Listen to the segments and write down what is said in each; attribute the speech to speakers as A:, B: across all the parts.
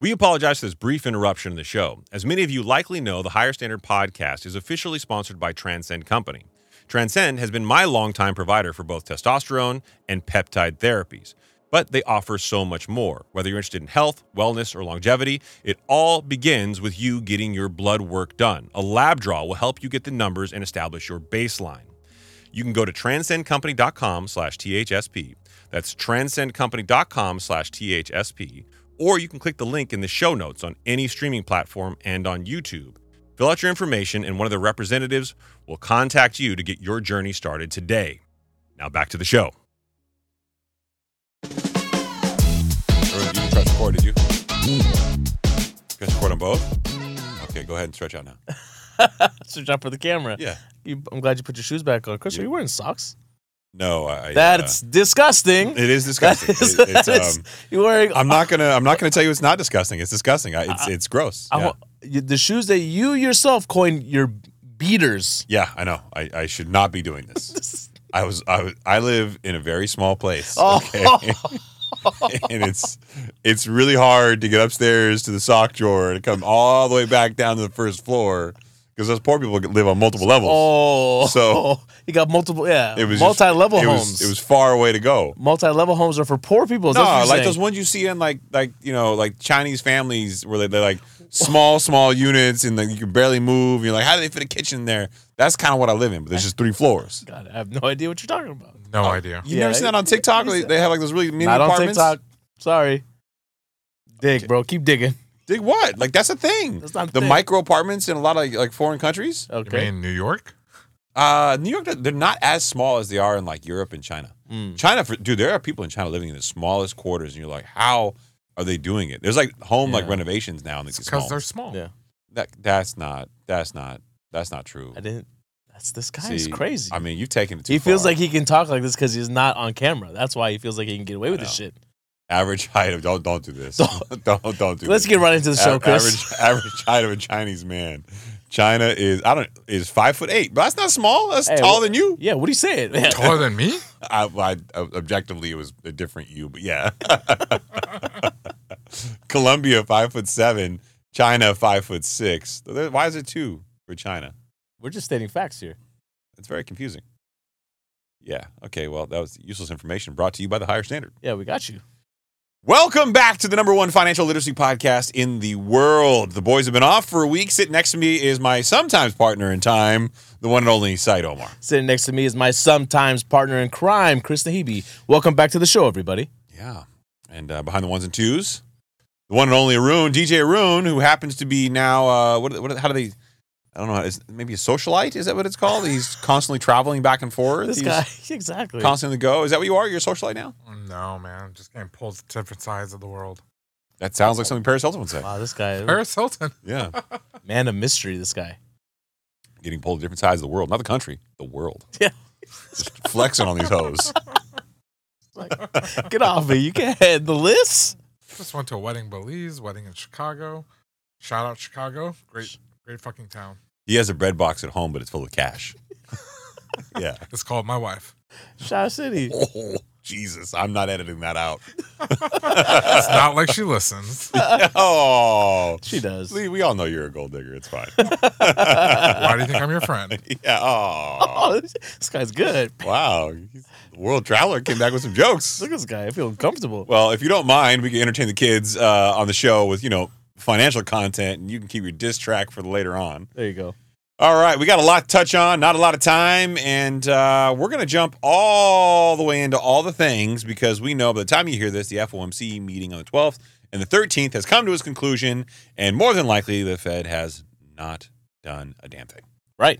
A: We apologize for this brief interruption in the show. As many of you likely know, the Higher Standard podcast is officially sponsored by Transcend Company. Transcend has been my longtime provider for both testosterone and peptide therapies, but they offer so much more. Whether you're interested in health, wellness, or longevity, it all begins with you getting your blood work done. A lab draw will help you get the numbers and establish your baseline. You can go to transcendcompany.com slash THSP. That's transcendcompany.com slash THSP. Or you can click the link in the show notes on any streaming platform and on YouTube. Fill out your information, and one of the representatives will contact you to get your journey started today. Now back to the show. Or did you press record? Did you? Press record on both? Okay, go ahead and stretch out now.
B: Switch out for the camera.
A: Yeah.
B: You, I'm glad you put your shoes back on. Chris, are you wearing socks?
A: No, I. uh,
B: That's disgusting.
A: it is disgusting.
B: That is-
A: It- it's,
B: that is-
A: um,
B: you're wearing
A: I'm not gonna. I'm not gonna tell you it's not disgusting. It's disgusting. I, it's it's gross.
B: Uh, I
A: yeah.
B: want- you- the shoes that you yourself coined your beaters.
A: Yeah, I know. I, I should not be doing this. I was. I was- I live in a very small place.
B: Oh.
A: Okay. and it's it's really hard to get upstairs to the sock drawer and come all the way back down to the first floor because those poor people live on multiple levels.
B: Oh,
A: So-
B: you got multiple, yeah,
A: it was just-
B: multi-level
A: it was-
B: homes.
A: it was far away to go.
B: multi-level homes are for poor people. is
A: No,
B: that what
A: like
B: you're saying?
A: those ones you see in like like you know like Chinese families where they, they're like small small units and like you can barely move. You're like, how do they fit a kitchen in there? That's kind of what I live in, but there's just three floors. Uh,
B: God, I have no idea what you're talking about.
C: No idea.
A: You
B: Yeah,
A: never seen that on TikTok? They, they have like those really mini
B: Not on
A: apartments.
B: TikTok. Sorry. Dig, bro. Keep digging.
A: Dig what? Like that's a thing.
B: That's not a
A: the
B: thing.
A: micro apartments in a lot of like foreign countries.
C: You
B: Okay.
C: mean New York?
A: Uh, New York, they're not as small as they are in like Europe and China.
B: Mm.
A: China, for, dude, there are people in China living in the smallest quarters, and you're like, how are they doing it? There's like home like
B: Yeah.
A: renovations now, and it's
C: Because
A: small.
C: they're small.
B: Yeah.
A: That that's not that's not that's not true.
B: I didn't. That's this guy is
A: See,
B: crazy.
A: I mean, you've taken it too
B: he feels
A: far.
B: like he can talk like this because he's not on camera. That's why he feels like he can get away with
A: I
B: this
A: know.
B: shit.
A: average height of don't don't do this.
B: Don't-
A: Don't don't, do
B: Let's
A: this.
B: get right into the show,
A: A-
B: Chris.
A: Average average height of a Chinese man. China is I don't is five foot eight, but that's not small. That's
B: Hey,
A: taller than you.
B: Yeah, what are you saying?
C: Taller than me?
A: I, I uh, objectively it was a different you, but yeah. Colombia five foot seven, China five foot six. Why is it two for China?
B: We're just stating facts here.
A: It's very confusing. Yeah. Okay. Well, that was useless information brought to you by the higher standard.
B: Yeah, we got you.
A: Welcome back to the number one financial literacy podcast in the world. The boys have been off for a week. Sitting next to me is my sometimes partner in time, the one and only Said Omar.
B: Sitting next to me is my sometimes partner in crime, Chris Nahibi. Welcome back to the show, everybody.
A: Yeah. And uh, behind the ones and twos, the one and only Arun, DJ Arun, who happens to be now, uh, what, what, how do they, I don't know, is, maybe a socialite? Is that what it's called? He's constantly traveling back and forth.
B: This
A: He's
B: guy, exactly.
A: Constantly go. Is that what you are? You're a socialite now?
C: Oh, No, man. Just getting pulled to different sides of the world.
A: That sounds like something Paris Hilton would say.
B: Wow, this guy,
C: Paris Hilton.
A: Yeah.
B: man of mystery. This guy.
A: Getting pulled to different sides of the world, not the country, the world.
B: Yeah.
A: Just flexing on these hoes.
B: Get off me! You can't head the list.
C: Just went to a wedding in Belize, wedding in Chicago. Shout out Chicago. Great, great fucking town.
A: He has a bread box at home, but it's full of cash. yeah.
C: It's called My Wife.
B: Shaw City.
A: Oh, Jesus. I'm not editing that out.
C: It's not like she listens.
A: oh.
B: She does.
A: Lee, we all know you're a gold digger. It's fine.
C: Why do you think I'm your friend?
A: yeah. Oh.
B: Oh, this this guy's good.
A: Wow. He's- the world traveler came back with some jokes.
B: Look at this guy. I feel uncomfortable.
A: Well, if you don't mind, we can entertain the kids uh, on the show with, you know, financial content, and you can keep your diss track for later on.
B: There you go.
A: All right, we got a lot to touch on, not a lot of time, and uh, we're going to jump all the way into all the things because we know by the time you hear this, the FOMC meeting on the 12th and the 13th has come to its conclusion, and more than likely, the Fed has not done a damn thing.
B: Right.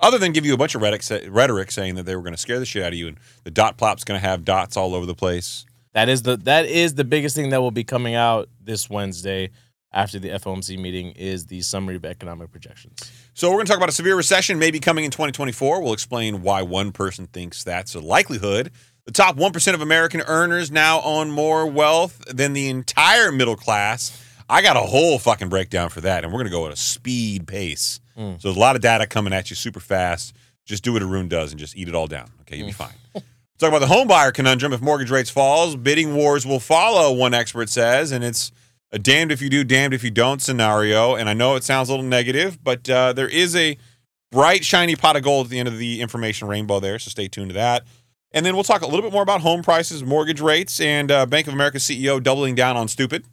A: Other than give you a bunch of rhetoric, rhetoric saying that they were going to scare the shit out of you, and the dot plop's going to have dots all over the place.
B: That is the that is the biggest thing that will be coming out this Wednesday after the FOMC meeting is the summary of economic projections.
A: So we're going to talk about a severe recession maybe coming in 2024. We'll explain why one person thinks that's a likelihood. The top 1% of American earners now own more wealth than the entire middle class. I got a whole fucking breakdown for that, and we're going to go at a speed pace.
B: Mm.
A: So there's a lot of data coming at you super fast. Just do what Arun does and just eat it all down. Okay, you'll be fine. Talk about the home buyer conundrum. If mortgage rates falls, bidding wars will follow, one expert says, and it's a damned if you do, damned if you don't scenario. And I know it sounds a little negative, but uh, there is a bright, shiny pot of gold at the end of the information rainbow there. So stay tuned to that. And then we'll talk a little bit more about home prices, mortgage rates, and uh, Bank of America CEO doubling down on stupid.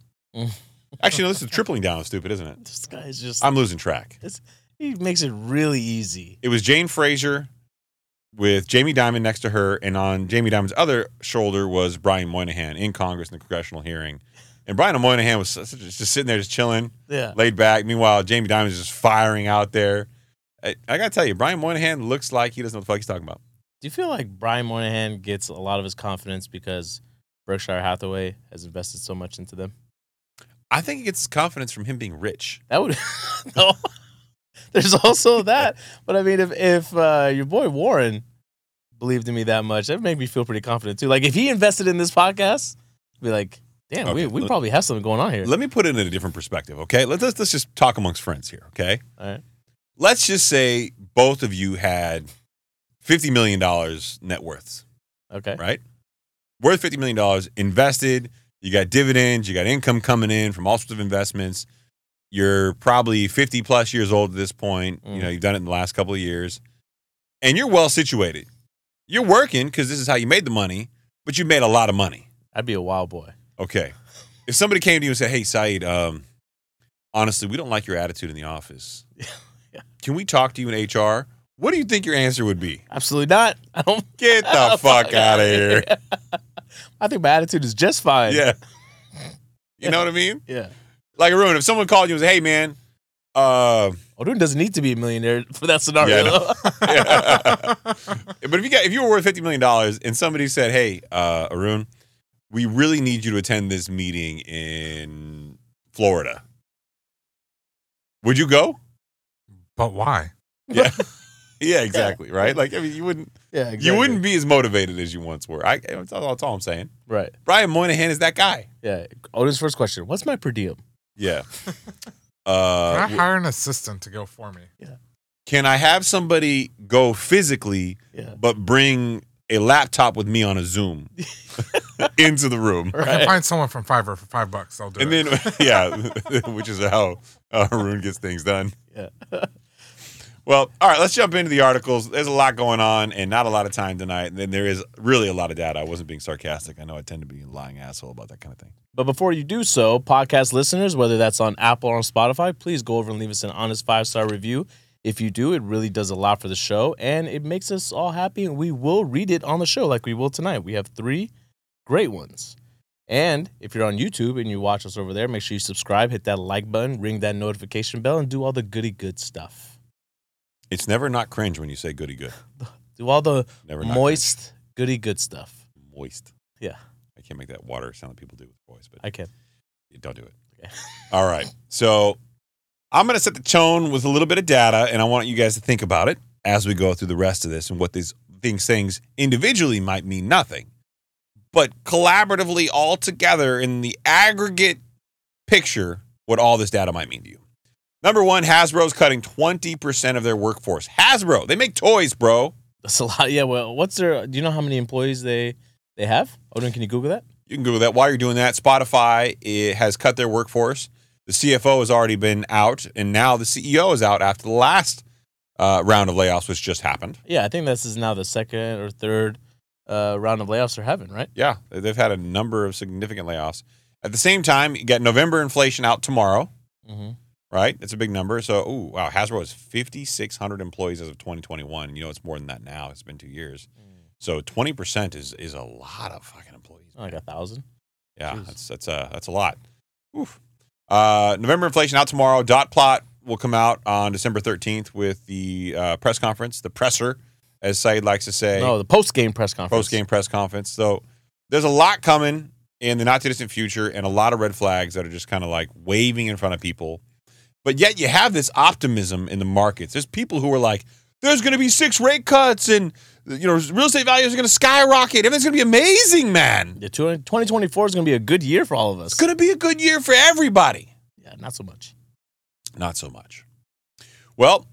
A: Actually, no, this is tripling down on stupid, isn't it?
B: This guy is just
A: I'm losing track.
B: Um, he makes it really easy.
A: It was Jane Fraser with Jamie Dimon next to her, and on Jamie Dimon's other shoulder was Brian Moynihan in Congress in the congressional hearing. And Brian Moynihan was s- just just sitting there, just chilling,
B: Yeah.
A: laid back. Meanwhile, Jamie Dimon's just firing out there. I, I gotta tell you, Brian Moynihan looks like he doesn't know what the fuck he's talking about.
B: Do you feel like Brian Moynihan gets a lot of his confidence because Berkshire Hathaway has invested so much into them?
A: I think he gets confidence from him being rich.
B: That would no. There's also that, but I mean, if if uh, your boy Warren believed in me that much, that made me feel pretty confident too. Like if he invested in this podcast, I'd be like, damn,
A: Okay,
B: we we
A: let-
B: probably have something going on here.
A: Let me put it in a different perspective, okay? Let's let's, let's just talk amongst friends here, okay?
B: All right.
A: Let's just say both of you had fifty million dollars net worths,
B: Okay,
A: right? Worth fifty million dollars invested. You got dividends. You got income coming in from all sorts of investments. You're probably fifty plus years old at this point. You know
B: Mhm.
A: you've done it in the last couple of years, and you're well situated. You're working because this is how you made the money, but you made a lot of money.
B: I'd be a wild boy.
A: Okay. If somebody came to you and said, "Hey, Saeed, um, honestly, we don't like your attitude in the office. Can we talk to you in HR?" What do you think your answer would be?
B: Absolutely not. I don't
A: Get the Oh, fuck out of here.
B: I think my attitude is just fine.
A: Yeah. You know what I mean?
B: yeah.
A: Like Arun, if someone called you and said, "Hey, man," uh,
B: Odun doesn't need to be a millionaire for that scenario.
A: Yeah, but if you got if you were worth fifty million dollars and somebody said, "Hey, uh, Arun, we really need you to attend this meeting in Florida," would you go?
C: But why?
A: Yeah. yeah, exactly. Right. Like, I mean, you wouldn't,
B: yeah
A: you wouldn't be as motivated as you once were. I, that's all, that's all I'm saying.
B: Right.
A: Brian Moynihan is that guy.
B: Yeah. Odin's first question What's my per diem?
A: Yeah.
C: Can
A: Uh,
C: I hire an assistant to go for me?
A: can I have somebody go physically,
B: Yeah.
A: but bring a laptop with me on a Zoom into the room?
C: I can
B: Right.
C: find someone from Fiverr for five bucks. I'll do
A: And
C: it.
A: then, yeah, which is how uh, Haroon gets things done.
B: Yeah.
A: Well, all right, let's jump into the articles. There's a lot going on and not a lot of time tonight. And then there is really a lot of data. I wasn't being sarcastic. I know I tend to be a lying asshole about that kind of thing.
B: But before you do so, podcast listeners, whether that's on Apple or on Spotify, please go over and leave us an honest five star review. If you do, it really does a lot for the show and it makes us all happy. And we will read it on the show like we will tonight. We have three great ones. And if you're on YouTube and you watch us over there, make sure you subscribe, hit that like button, ring that notification bell, and do all the goody good stuff.
A: It's never not cringe when you say goody good.
B: Do all the
A: Never not
B: moist goody good stuff.
A: cringe. moist.
B: Yeah.
A: I can't make that water sound that people do with voice, but
B: I can.
A: don't do it.
B: Okay.
A: All right. So I'm going to set the tone with a little bit of data, and I want you guys to think about it as we go through the rest of this and what these things, things individually might mean nothing, but collaboratively all together in the aggregate picture, what all this data might mean to you. Number one, Hasbro's cutting 20% of their workforce. Hasbro, they make toys, bro.
B: That's a lot. Yeah. Well, what's their? Do you know how many employees they they have? Odin, can you Google that?
A: You can Google that. While you're doing that, Spotify it has cut their workforce. The CFO has already been out, and now the CEO is out after the last uh, round of layoffs, which just happened.
B: Yeah, I think this is now the second or third uh, round of layoffs they're having, right?
A: Yeah, they've had a number of significant layoffs. At the same time, you got November inflation out tomorrow,
B: Mm-hmm.
A: right? That's a big number. So, ooh, wow, Hasbro has 5,600 employees as of 2021. You know, it's more than that now. It's been two years. So, 20% is is a lot of fucking employees.
B: Like a thousand.
A: Yeah,
B: Jeez.
A: that's that's uh, that's a lot. Oof. Uh, November inflation out tomorrow. Dot plot will come out on December thirteenth with the uh, press conference, the presser, as Said likes to say,
B: No, the post game press conference.
A: post game press conference. So there's a lot coming in the not too distant future, and a lot of red flags that are just kind of like waving in front of people. But yet you have this optimism in the markets. There's people who are like, "There's going to be six rate cuts, and you know, real estate values are going to skyrocket. Everything's going to be amazing, man."
B: The 20- 2024 is going to be a good year for all of us.
A: It's going to be a good year for everybody.
B: Yeah, not so much.
A: Not so much. Well,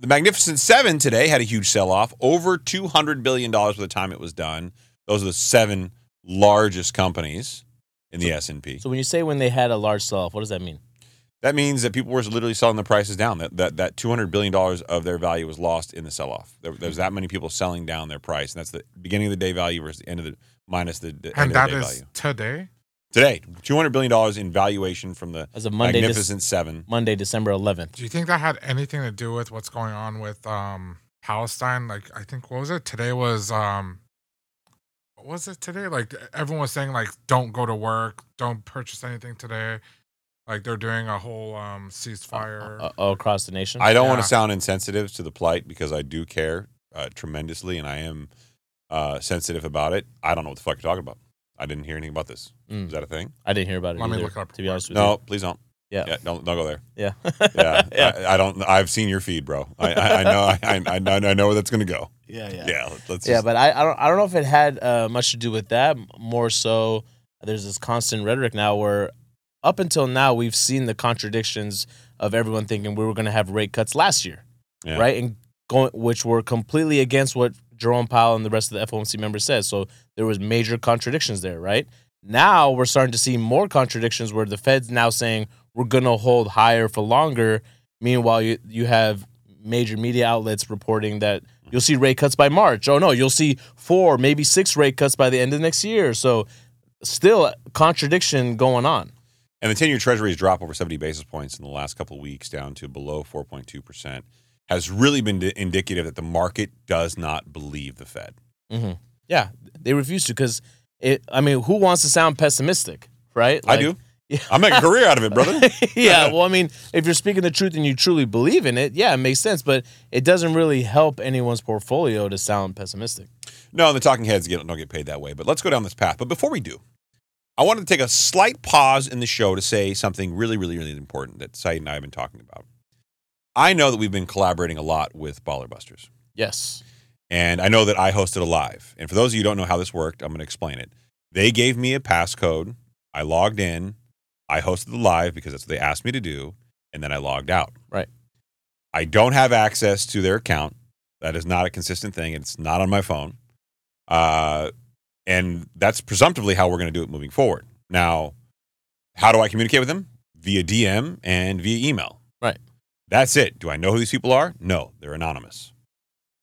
A: the Magnificent Seven today had a huge sell off, over $200 billion by the time it was done. Those are the seven largest companies. in the S and P.
B: So when you say when they had a large sell-off, what does that mean?
A: That means that people were literally selling the prices down. That that, that two hundred billion dollars of their value was lost in the sell off. There, there's that many people selling down their price, and that's the beginning of the day value versus the end of the minus the, the end of
C: and
A: the
C: that
A: day
C: is
A: value.
C: today.
A: Today, two hundred billion dollars in valuation from the
B: As of Monday, Dec-
A: Magnificent Seven.
B: Monday, December 11th.
C: Do you think that had anything to do with what's going on with um Palestine? Like I think what was it? Today was um what was it today? Like everyone was saying like don't go to work, don't purchase anything today. Like they're doing a whole
A: uh,
C: um ceasefire.
B: Uh, uh, across the nation.
A: I don't want
C: Yeah.
A: to sound insensitive to the plight because I do care uh, tremendously, and I am uh, sensitive about it. I don't know what the fuck you're talking about. I didn't hear anything about this.
B: Mm.
A: Is that a thing?
B: I didn't hear about it.
C: Let me
B: either,
C: look it up
B: To be honest with
A: No, please don't.
B: you.
A: Yeah, don't don't go there.
B: Yeah.
A: Yeah,
B: yeah.
A: I, I don't. I've seen your feed, bro. I, I, I know. I, I, I know. I know where that's gonna go.
B: Yeah.
A: Yeah, let's. Just,
B: Yeah, but I, I don't I don't know if it had uh, much to do with that. M- More so, there's this constant rhetoric now where, up until now, we've seen the contradictions of everyone thinking we were going to have rate cuts last year,
A: Yeah.
B: right? And going which were completely against what Jerome Powell and the rest of the FOMC members said. So there was major contradictions there, right? Now we're starting to see more contradictions where the Fed's now saying we're going to hold higher for longer. Meanwhile, you you have major media outlets reporting that you'll see rate cuts by March. Oh no, you'll see four, maybe six rate cuts by the end of next year. So still contradiction going on.
A: And the ten-year Treasury has dropped over seventy basis points in the last couple of weeks, down to below four point two percent. Has really been di- indicative that the market does not believe the Fed.
B: Mm-hmm. Yeah, they refuse to because it. I mean, who wants to sound pessimistic, right?
A: I do.
B: Yeah.
A: I'm making a career out of it, brother.
B: yeah, well, I mean, if you're speaking the truth and you truly believe in it, yeah, it makes sense. But it doesn't really help anyone's portfolio to sound pessimistic.
A: No, the talking heads get, don't get paid that way. But let's go down this path. But before we do, I wanted to take a slight pause in the show to say something really, really, really important that Said and I have been talking about. I know that we've been collaborating a lot with Baller Busters.
B: Yes.
A: And I know that I hosted a live. And for those of you who don't know how this worked, I'm going to explain it. They gave me a passcode. I logged in. I hosted the live because that's what they asked me to do. And then I logged out.
B: Right.
A: I don't have access to their account. That is not a consistent thing. It's not on my phone. Uh, and that's presumptively how we're going to do it moving forward. Now, how do I communicate with them? Via DM and via email.
B: Right.
A: That's it. Do I know who these people are? No, they're anonymous.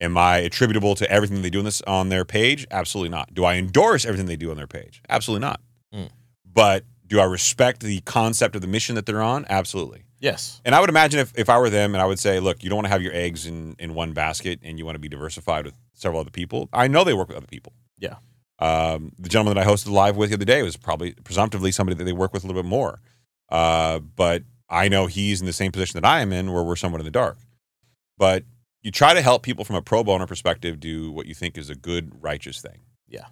A: Am I attributable to everything they do in this on their page? Absolutely not. Do I endorse everything they do on their page? Absolutely not.
B: Mm.
A: But do I respect the concept of the mission that they're on? Absolutely.
B: Yes.
A: And I would imagine if, if I were them and I would say, look, you don't want to have your eggs in, in one basket and you want to be diversified with several other people. I know they work with other people.
B: Yeah.
A: Um, the gentleman that I hosted live with the other day was probably presumptively somebody that they work with a little bit more. Uh, but I know he's in the same position that I am in where we're somewhat in the dark. But you try to help people from a pro bono perspective do what you think is a good, righteous thing.
B: Yeah.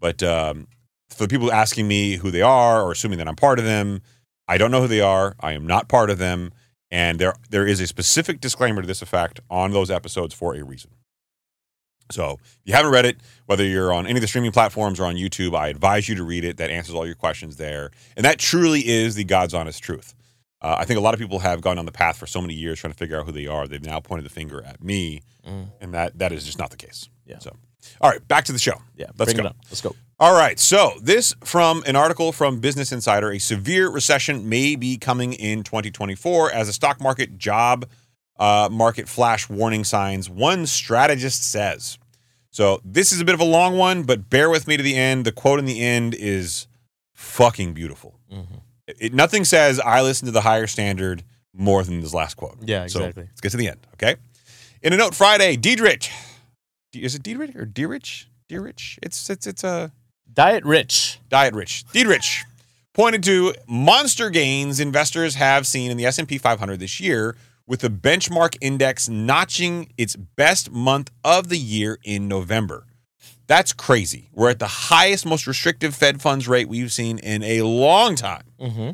A: But um, for the people asking me who they are or assuming that I'm part of them, I don't know who they are. I am not part of them. And there there is a specific disclaimer to this effect on those episodes for a reason. So if you haven't read it, whether you're on any of the streaming platforms or on YouTube, I advise you to read it. That answers all your questions there. And that truly is the God's honest truth. Uh, I think a lot of people have gone on the path for so many years trying to figure out who they are. They've now pointed the finger at me,
B: Mm.
A: and that that is just not the case.
B: Yeah.
A: So, all right, back to the show.
B: Yeah.
A: Let's
B: bring
A: go.
B: It up. Let's go.
A: All right. So, this from an article from Business Insider a severe recession may be coming in 2024 as a stock market job uh, market flash warning signs, one strategist says. So, this is a bit of a long one, but bear with me to the end. The quote in the end is fucking beautiful.
B: hmm
A: It, nothing says I listen to the higher standard more than this last quote.
B: Yeah.
A: So,
B: Exactly.
A: Let's get to the end, okay? In a note Friday, Diedrich. Is it Diedrich or Dierich? Dierich? It's it's it's a
B: Diet rich.
A: Diet Rich, Diedrich, pointed to monster gains investors have seen in the S&P 500 this year, with the benchmark index notching its best month of the year in November. That's crazy. We're at the highest, most restrictive Fed funds rate we've seen in a long time,
B: hmm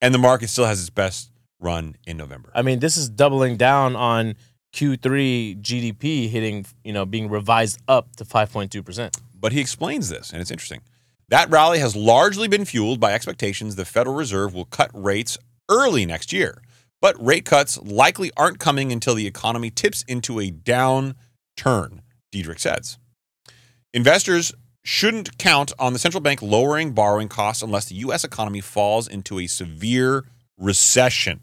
A: and the market still has its best run in November.
B: I mean, this is doubling down on Q3 GDP hitting, you know, being revised up to 5.2 percent.
A: But he explains this, and it's interesting. That rally has largely been fueled by expectations the Federal Reserve will cut rates early next year. But rate cuts likely aren't coming until the economy tips into a downturn, Diedrich says. Investors shouldn't count on the central bank lowering borrowing costs unless the U.S. economy falls into a severe recession,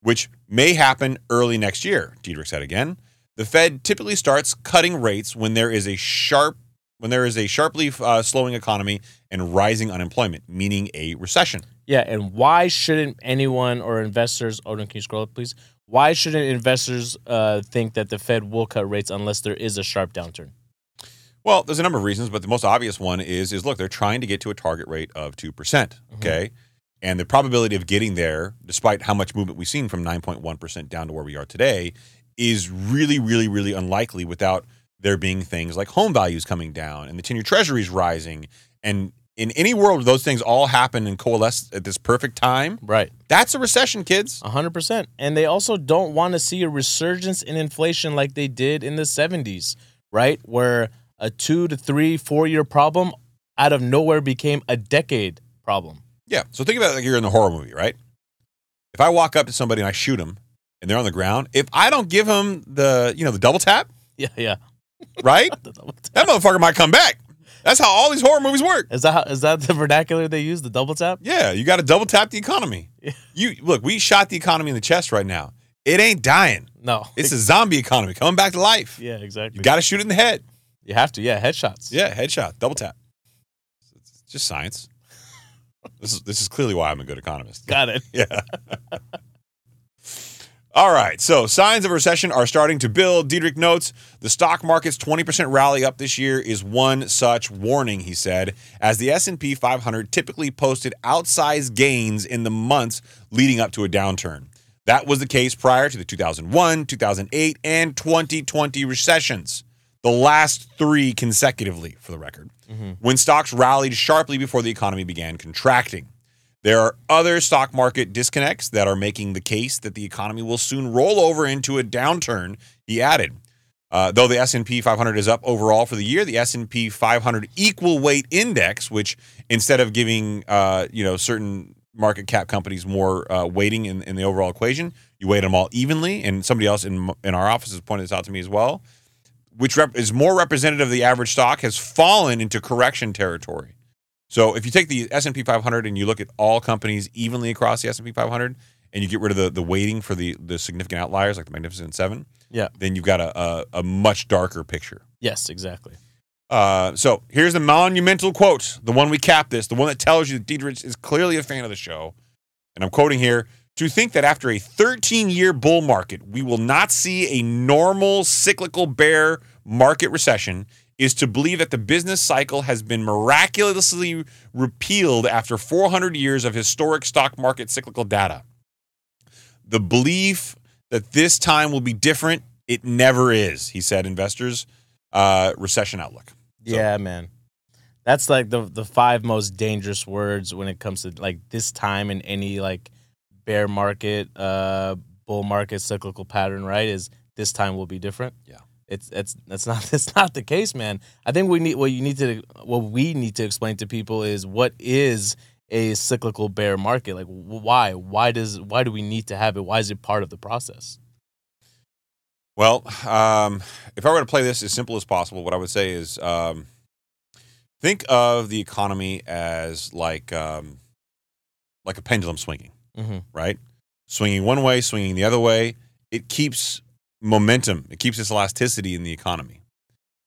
A: which may happen early next year, Diedrich said again. The Fed typically starts cutting rates when there is a sharp when there is a sharply uh, slowing economy and rising unemployment, meaning a recession.
B: Yeah, and why shouldn't anyone or investors? Odin, can you scroll up, please? Why shouldn't investors uh, think that the Fed will cut rates unless there is a sharp downturn?
A: Well, there's a number of reasons, but the most obvious one is is look, they're trying to get to a target rate of two percent. Okay. And the probability of getting there, despite how much movement we've seen from 9.1% down to where we are today, is really, really, really unlikely without there being things like home values coming down and the 10 year treasuries rising. And in any world, those things all happen and coalesce at this perfect time.
B: Right.
A: That's a recession, kids.
B: 100%. And they also don't want to see a resurgence in inflation like they did in the 70s, right? Where a two to three, four year problem out of nowhere became a decade problem.
A: Yeah. So think about it like you're in a horror movie, right? If I walk up to somebody and I shoot them and they're on the ground, if I don't give them the, you know, the double tap,
B: Yeah, yeah.
A: right? that motherfucker might come back. That's how all these horror movies work.
B: Is that, how, is that the vernacular they use, the double tap?
A: Yeah, you got to double tap the economy.
B: Yeah.
A: You look, we shot the economy in the chest right now. It ain't dying.
B: No.
A: It's a zombie economy coming back to life.
B: yeah, exactly.
A: You got to shoot it in the head.
B: You have to, yeah, headshots.
A: Yeah, headshot, double tap. It's just science. this is this is clearly why I'm a good economist.
B: Got it.
A: Yeah. All right. So signs of recession are starting to build. Diedrich notes the stock market's 20% rally up this year is one such warning, he said, as the S&P 500 typically posted outsized gains in the months leading up to a downturn. That was the case prior to the 2001, 2008, and 2020 recessions, the last 3 consecutively for the record, when stocks rallied sharply before the economy began contracting. There are other stock market disconnects that are making the case that the economy will soon roll over into a downturn, he added. Uh, though the S&P 500 is up overall for the year, the S&P 500 equal weight index, which instead of giving uh, you know certain market cap companies more uh, weighting in, in the overall equation, you weight them all evenly. And somebody else in in our office has pointed this out to me as well, which rep- is more representative of the average stock, has fallen into correction territory. So if you take the S and P 500 and you look at all companies evenly across the S and P 500, and you get rid of the the weighting for the the significant outliers like the Magnificent Seven,
B: Yeah.
A: then you've got a a, a much darker picture.
B: Yes, exactly.
A: Uh, so here's the monumental quote, the one we cap this, the one that tells you that Diedrich is clearly a fan of the show. And I'm quoting here to think that after a 13 year bull market, we will not see a normal cyclical bear market recession is to believe that the business cycle has been miraculously repealed after 400 years of historic stock market cyclical data. The belief that this time will be different, it never is, he said, investors. Uh, recession outlook. So-
B: Yeah, man. That's like the the five most dangerous words when it comes to like this time in any like bear market, uh bull market cyclical pattern, right? Is this time will be different.
A: Yeah.
B: It's it's that's not that's not the case, man. I think we need what you need to what we need to explain to people is what is a cyclical bear market? Like wh- why? Why does why do we need to have it? Why is it part of the process?
A: Well, um, if I were to play this as simple as possible, what I would say is um, think of the economy as like um, like a pendulum swinging,
B: Mm-hmm.
A: right? Swinging one way, swinging the other way. It keeps momentum. It keeps its elasticity in the economy.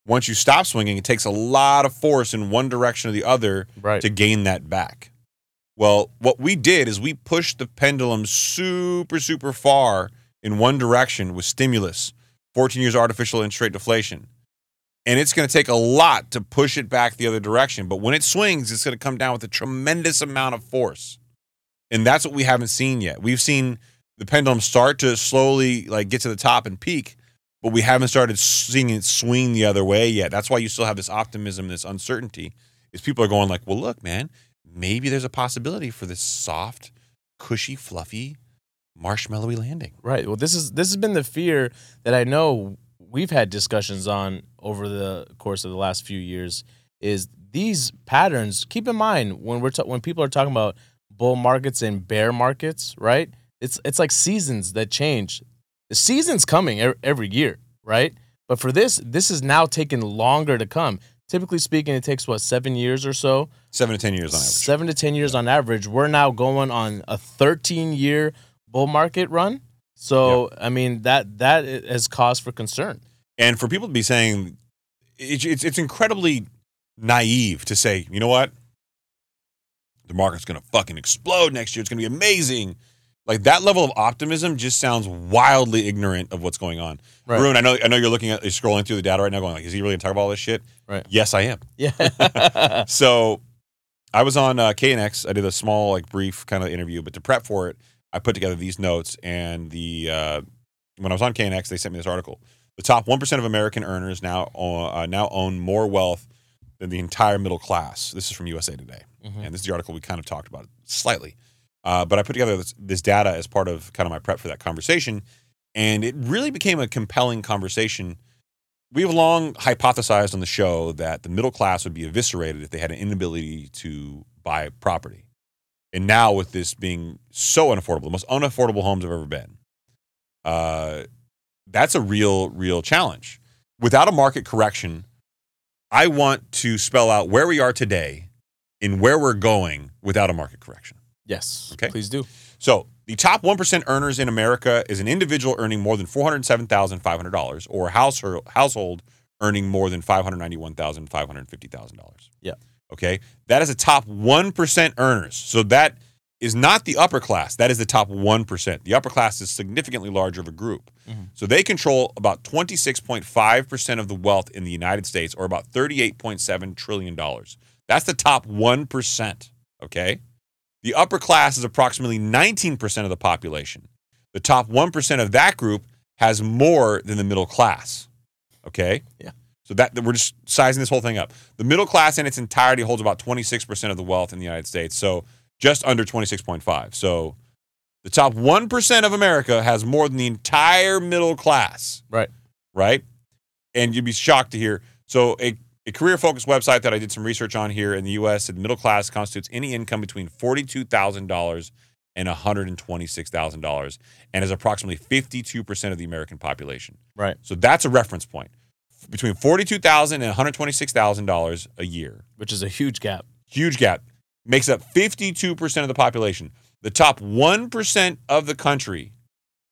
A: Once you stop swinging, it takes a lot of force in one direction or the other
B: Right.
A: to gain that back. Well, what we did is we pushed the pendulum super, super far in one direction with stimulus, 14 years artificial interest rate deflation. And it's going to take a lot to push it back the other direction. But when it swings, it's going to come down with a tremendous amount of force. And that's what we haven't seen yet. We've seen the pendulum start to slowly like get to the top and peak, but we haven't started seeing it swing the other way yet. That's why you still have this optimism, this uncertainty is people are going like, well, look, man, maybe there's a possibility for this soft, cushy, fluffy, marshmallowy landing.
B: Right. Well, this is this has been the fear that I know we've had discussions on over the course of the last few years. Is these patterns? Keep in mind when we're ta- when people are talking about bull markets and bear markets, right? It's it's like seasons that change. The season's coming e- every year, right? But for this, this is now taking longer to come. typically speaking, it takes what seven years or so,
A: Seven to ten years on average.
B: seven to ten years on average. We're now going on a 13 year bull market run. So I mean that that i- is cause for concern.
A: And for people to be saying, it, it's it's incredibly naive to say, you know what, the market's gonna fucking explode next year. It's gonna be amazing. Like that level of optimism just sounds wildly ignorant of what's going on.
B: Right.
A: Rune, I know I know you're looking at you're scrolling through the data right now, going like, is he really gonna talk about all this shit?
B: Right.
A: Yes, I am.
B: Yeah.
A: So I was on uh, KNX. I did a small, like, brief kind of interview, but to prep for it, I put together these notes. And the uh, when I was on KNX, they sent me this article. The top one percent of American earners now o- uh, now own more wealth than the entire middle class. This is from USA Today,
B: Mhm.
A: and this is the article we kind of talked about slightly. Uh, but I put together this, this data as part of kind of my prep for that conversation, and it really became a compelling conversation we have long hypothesized on the show that the middle class would be eviscerated if they had an inability to buy property. And now, with this being so unaffordable, the most unaffordable homes I've ever been, uh, that's a real, real challenge. Without a market correction, I want to spell out where we are today and where we're going without a market correction.
B: Yes.
A: Okay.
B: Please do.
A: So the top 1% earners in America is an individual earning more than $407,500 or a household, household earning more than $591,550,000.
B: Yeah.
A: Okay. That is the top 1% earners. So that is not the upper class. That is the top 1%. The upper class is significantly larger of a group.
B: Mhm.
A: So they control about 26.5% of the wealth in the United States or about $38.7 trillion. That's the top 1%. Okay. The upper class is approximately 19% of the population. The top 1% of that group has more than the middle class. Okay?
B: Yeah.
A: So that we're just sizing this whole thing up. The middle class in its entirety holds about 26% of the wealth in the United States. So just under 26.5. So the top 1% of America has more than the entire middle class.
B: Right.
A: Right? And you'd be shocked to hear. So a a career focused website that I did some research on here in the US said the middle class constitutes any income between $42,000 and $126,000 and is approximately 52% of the American population.
B: Right.
A: So that's a reference point. Between $42,000 and $126,000 a year.
B: Which is a huge gap.
A: Huge gap. Makes up 52% of the population. The top 1% of the country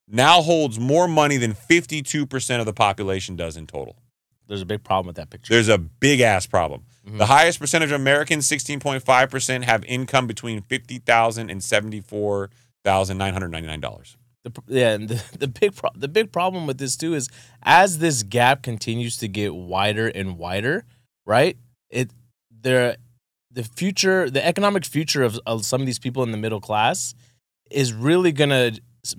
A: now holds more money than 52% of the population does in total.
B: There's a big problem with that picture.
A: There's a big ass problem.
B: Mhm.
A: The highest percentage of Americans, 16.5%, have income between $50,000 and $74,999.
B: the, pr- yeah, and the, the big pro- the big problem with this too is as this gap continues to get wider and wider, right? It the the future, the economic future of, of some of these people in the middle class is really gonna s-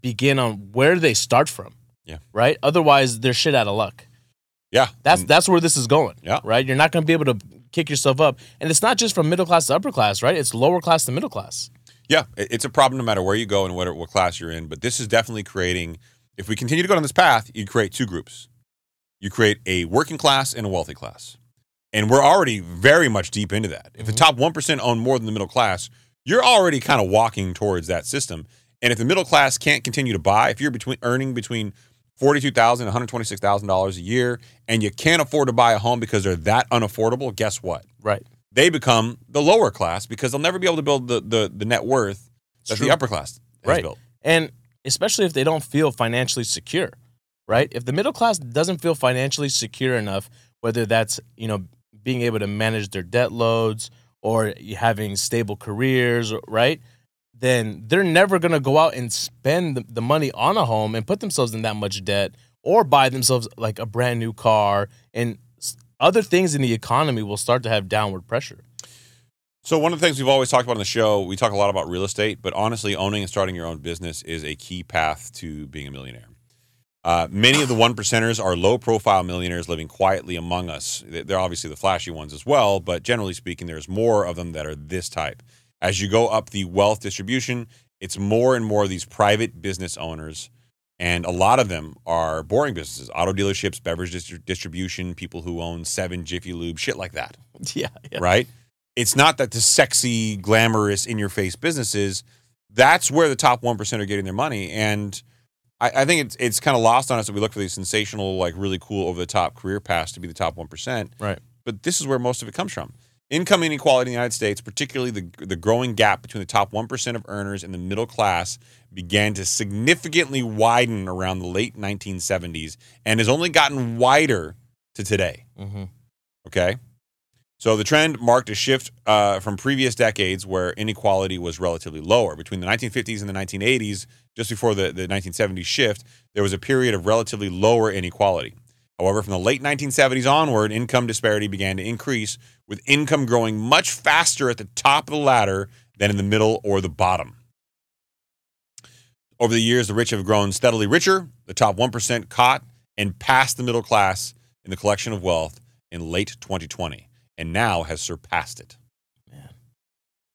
B: begin on where they start from.
A: Yeah.
B: Right. Otherwise, they're shit out of luck.
A: Yeah.
B: That's that's where this is going.
A: Mm. Yeah.
B: Right. You're not gonna be able to kick yourself up, and it's not just from middle class to upper class, right? It's lower class to middle class.
A: Yeah, it- it's a problem no matter where you go and what, what class you're in. But this is definitely creating, if we continue to go down this path, you create two groups. You create a working class and a wealthy class. And we're already very much deep into that. If the
B: Mhm.
A: top 1% own more than the middle class, you're already kind of walking towards that system. And if the middle class can't continue to buy, if you're between earning between $42,000 and $126,000 a year and you can't afford to buy a home because they're that unaffordable, guess what?
B: Right.
A: they become the lower class because they'll never be able to build the the, the net worth that
B: True.
A: the upper class has
B: Right.
A: built.
B: and especially if they don't feel financially secure right if the middle class doesn't feel financially secure enough whether that's you know being able to manage their debt loads or having stable careers right then they're never going to go out and spend the- the money on a home and put themselves in that much debt or buy themselves like a brand new car and s- other things in the economy will start to have downward pressure
A: So one of the things we've always talked about on the show, we talk a lot about real estate, but honestly, owning and starting your own business is a key path to being a millionaire. Uh, many of the one percenters are low profile millionaires living quietly among us. They- They're obviously the flashy ones as well, but generally speaking, there's more of them that are this type. As you go up the wealth distribution, it's more and more of these private business owners, and a lot of them are boring businesses auto dealerships, beverage distri- distribution, people who own seven Jiffy Lube, shit like that
B: yeah, yeah.
A: right? It's not that the sexy, glamorous, in your face businesses. That's where the top one percent are getting their money, and I, I think it's it's kind of lost on us that we look for these sensational, like really cool, over the top career paths to be the top one percent.
B: Right.
A: but this is where most of it comes from. Income inequality in the United States, particularly the, the growing gap between the top 1% of earners and the middle class, began to significantly widen around the late 1970s and has only gotten wider to today.
B: Mm-hmm.
A: Okay. So the trend marked a shift uh, from previous decades where inequality was relatively lower. Between the 1950s and the 1980s, just before the, the 1970s shift, there was a period of relatively lower inequality. However, from the late 1970s onward, income disparity began to increase, with income growing much faster at the top of the ladder than in the middle or the bottom. Over the years, the rich have grown steadily richer, the top 1% caught and passed the middle class in the collection of wealth in late 2020 and now has surpassed it.
B: Man.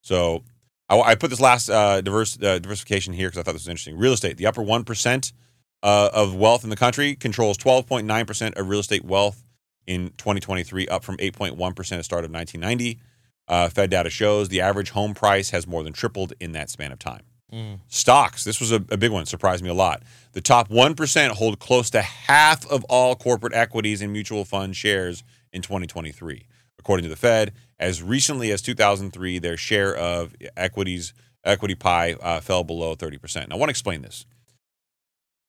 A: So I, I put this last uh, diverse uh, diversification here because I thought this was interesting. Real estate, the upper 1% uh, of wealth in the country controls 12.9% of real estate wealth in 2023, up from 8.1% at the start of 1990. Uh, Fed data shows the average home price has more than tripled in that span of time.
B: Mm.
A: Stocks, this was a, a big one, surprised me a lot. The top 1% hold close to half of all corporate equities and mutual fund shares in 2023. According to the Fed, as recently as 2003, their share of equities, equity pie uh, fell below 30%. Now, I want to explain this.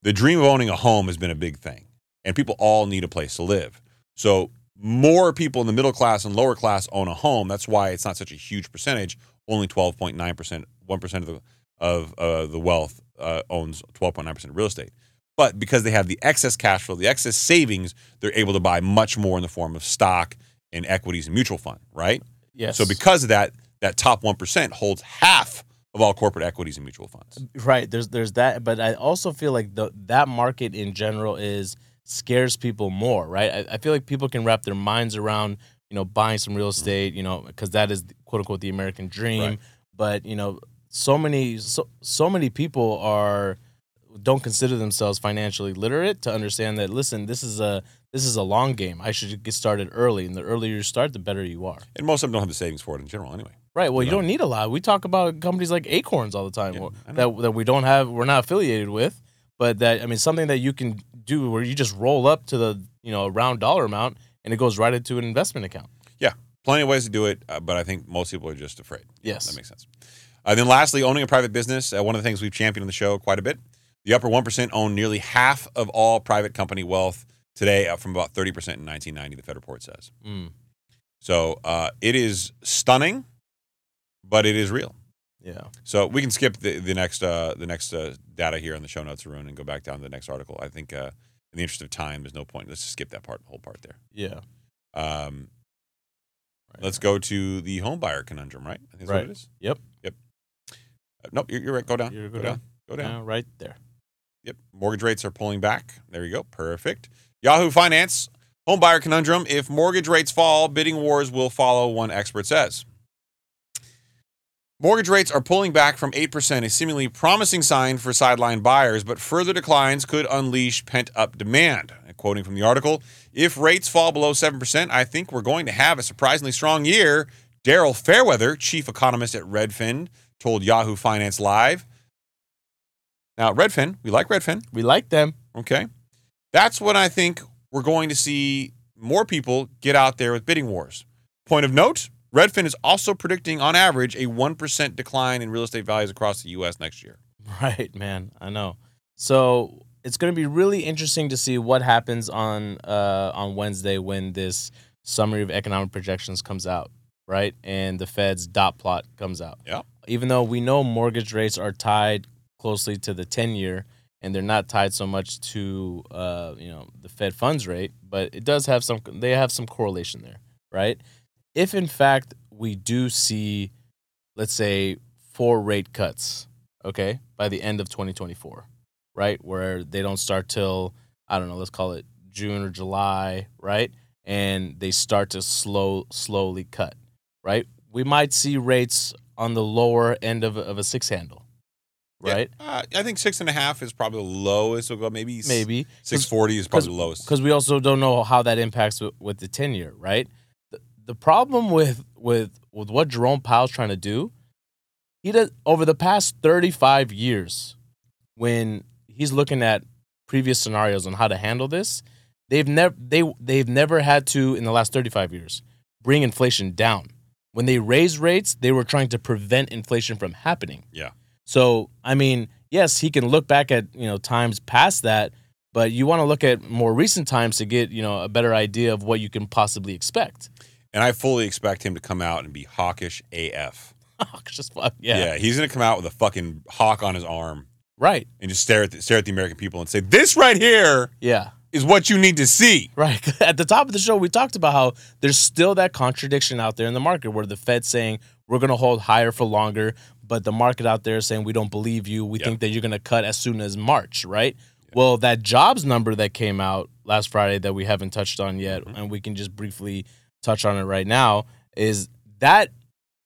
A: The dream of owning a home has been a big thing, and people all need a place to live. So, more people in the middle class and lower class own a home. That's why it's not such a huge percentage. Only 12.9%, 1% of the of uh, the wealth uh, owns 12.9% of real estate. But because they have the excess cash flow, the excess savings, they're able to buy much more in the form of stock and equities and mutual fund, right?
B: Yes.
A: So because of that, that top 1% holds half of all corporate equities and mutual funds.
B: right there's there's that, but I also feel like the that market in general is scares people more, right? I, I feel like people can wrap their minds around you know buying some real estate, you know, because that is quote unquote the American dream.
A: Right.
B: But you know, so many so so many people are don't consider themselves financially literate to understand that. Listen, this is a this is a long game. I should get started early, and the earlier you start, the better you are.
A: And most of them don't have the savings for it in general anyway.
B: Right. Well, you
A: Right.
B: don't need a lot. We talk about companies like Acorns all the time
A: Yeah,
B: well,
A: I know.
B: that that we don't have, we're not affiliated with, but that I mean something that you can do where you just roll up to the you know a round dollar amount and it goes right into an investment account.
A: Plenty of ways to do it, uh, but I think most people are just afraid.
B: Yes.
A: That makes sense. Uh, then, lastly, owning a private business. Uh, one of the things we've championed on the show quite a bit. The upper 1% own nearly half of all private company wealth today, up from about 30% in 1990, the Fed report says.
B: Mm.
A: So uh, it is stunning, but it is real.
B: Yeah.
A: So we can skip the, the next uh, the next uh, data here on the show notes, Arun, and go back down to the next article. I think uh, in the interest of time, there's no point. Let's just skip that part, whole part there.
B: Yeah.
A: Um,
B: Right.
A: Let's go to the home buyer conundrum, right? I think that's what
B: Right.
A: it is.
B: Yep.
A: Uh, nope, you're, you're right. Go down.
B: You're-
A: go, down. Go down.
B: Yeah, right there.
A: Yep. Mortgage rates are pulling back. There you go. Perfect. Yahoo Finance, home buyer conundrum. If mortgage rates fall, bidding wars will follow, one expert says. Mortgage rates are pulling back from 8%, a seemingly promising sign for sideline buyers, but further declines could unleash pent up demand. And Quoting from the article, if rates fall below 7%, I think we're going to have a surprisingly strong year, Daryl Fairweather, chief economist at Redfin, told Yahoo Finance Live. Now, Redfin, we like Redfin.
B: We like them.
A: Okay. That's when I think we're going to see more people get out there with bidding wars. Point of note Redfin is also predicting, on average, a 1% decline in real estate values across the U.S. next year.
B: Right, man. I know. So it's going to be really interesting to see what happens on uh, on Wednesday when this summary of economic projections comes out, right? And the Fed's dot plot comes out.
A: Yeah.
B: Even though we know mortgage rates are tied closely to the ten year, and they're not tied so much to uh, you know the Fed funds rate, but it does have some. They have some correlation there, right? If in fact we do see, let's say, four rate cuts, okay, by the end of 2024, right? Where they don't start till, I don't know, let's call it June or July, right? And they start to slow, slowly cut, right? We might see rates on the lower end of, of a six handle, right?
A: Yeah. Uh, I think six and a half is probably the lowest. We'll go maybe, s-
B: Maybe.
A: 640 is probably the lowest.
B: because we also don't know how that impacts with, with the tenure, right? The, the problem with with with what Jerome Powell's trying to do, he does over the past thirty five years, when he's looking at previous scenarios on how to handle this, they've never they they've never had to in the last thirty five years bring inflation down. When they raised rates, they were trying to prevent inflation from happening.
A: Yeah.
B: So, I mean, yes, he can look back at, you know, times past that, but you want to look at more recent times to get, you know, a better idea of what you can possibly expect.
A: And I fully expect him to come out and be hawkish AF.
B: Oh, Just fuck, yeah.
A: he's gonna come out with a fucking hawk on his arm
B: Right.
A: and just stare at the, stare at the American people and say, "This right here
B: Yeah.
A: is what you need to see."
B: Right. At the top of the show, we talked about how there's still that contradiction out there in the market where the Fed's saying we're going to hold higher for longer, but the market out there is saying we don't believe you. We
A: Yeah.
B: think that you're going to cut as soon as March, right? Well, that jobs number that came out last Friday that we haven't touched on yet, and we can just briefly touch on it right now, is that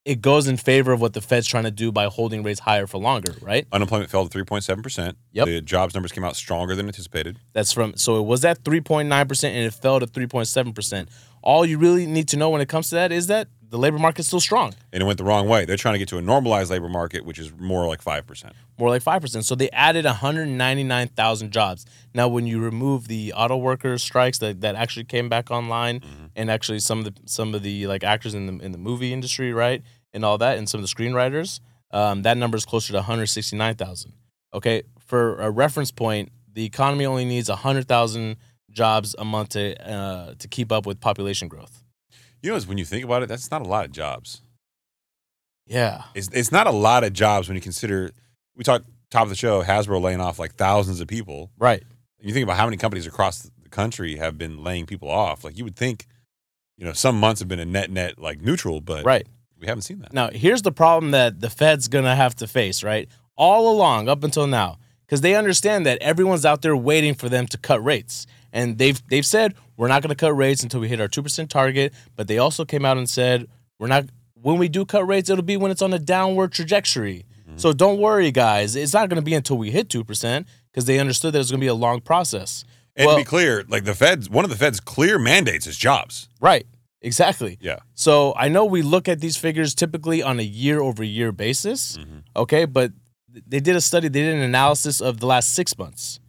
B: it goes in favor of what the Fed's trying to do by holding rates higher for longer, right?
A: Unemployment fell to three point seven percent.
B: Yep.
A: The jobs numbers came out stronger than anticipated.
B: That's from so it was at 3.9% and it fell to 3.7%. All you really need to know when it comes to that is that the labor market's still strong,
A: And it went the wrong way. They're trying to get to a normalized labor market, which is more like five percent.
B: more like 5%. So they added 199,000 jobs. Now when you remove the auto workers strikes that, that actually came back online and actually some of the some of the like actors in the in the movie industry, right? And all that and some of the screenwriters, um, that number is closer to 169,000. Okay, for a reference point, the economy only needs 100,000 jobs a month to uh, to keep up with population growth.
A: You know, it's when you think about it, that's not a lot of jobs.
B: Yeah.
A: It's it's not a lot of jobs when you consider. We talked top of the show. Hasbro laying off like thousands of people.
B: Right.
A: you think about how many companies across the country have been laying people off. Like you would think, you know, some months have been a net net like neutral, but
B: Right.
A: we haven't seen that.
B: Now, here's the problem that the Fed's going to have to face, right? All along up until now, cuz they understand that everyone's out there waiting for them to cut rates. And they've they've said we're not going to cut rates until we hit our 2% target, but they also came out and said we're not when we do cut rates, it'll be when it's on a downward trajectory. So don't worry, guys. It's not going to be until we hit 2% cuz they understood that it was going to be a long process.
A: And
B: well-
A: to be clear, like the Fed's one of the Fed's clear mandates is jobs.
B: Right. Exactly.
A: Yeah.
B: So I know we look at these figures typically on a year over year basis,
A: Mm-hmm.
B: okay, but they did a study, they did an analysis of the last six months.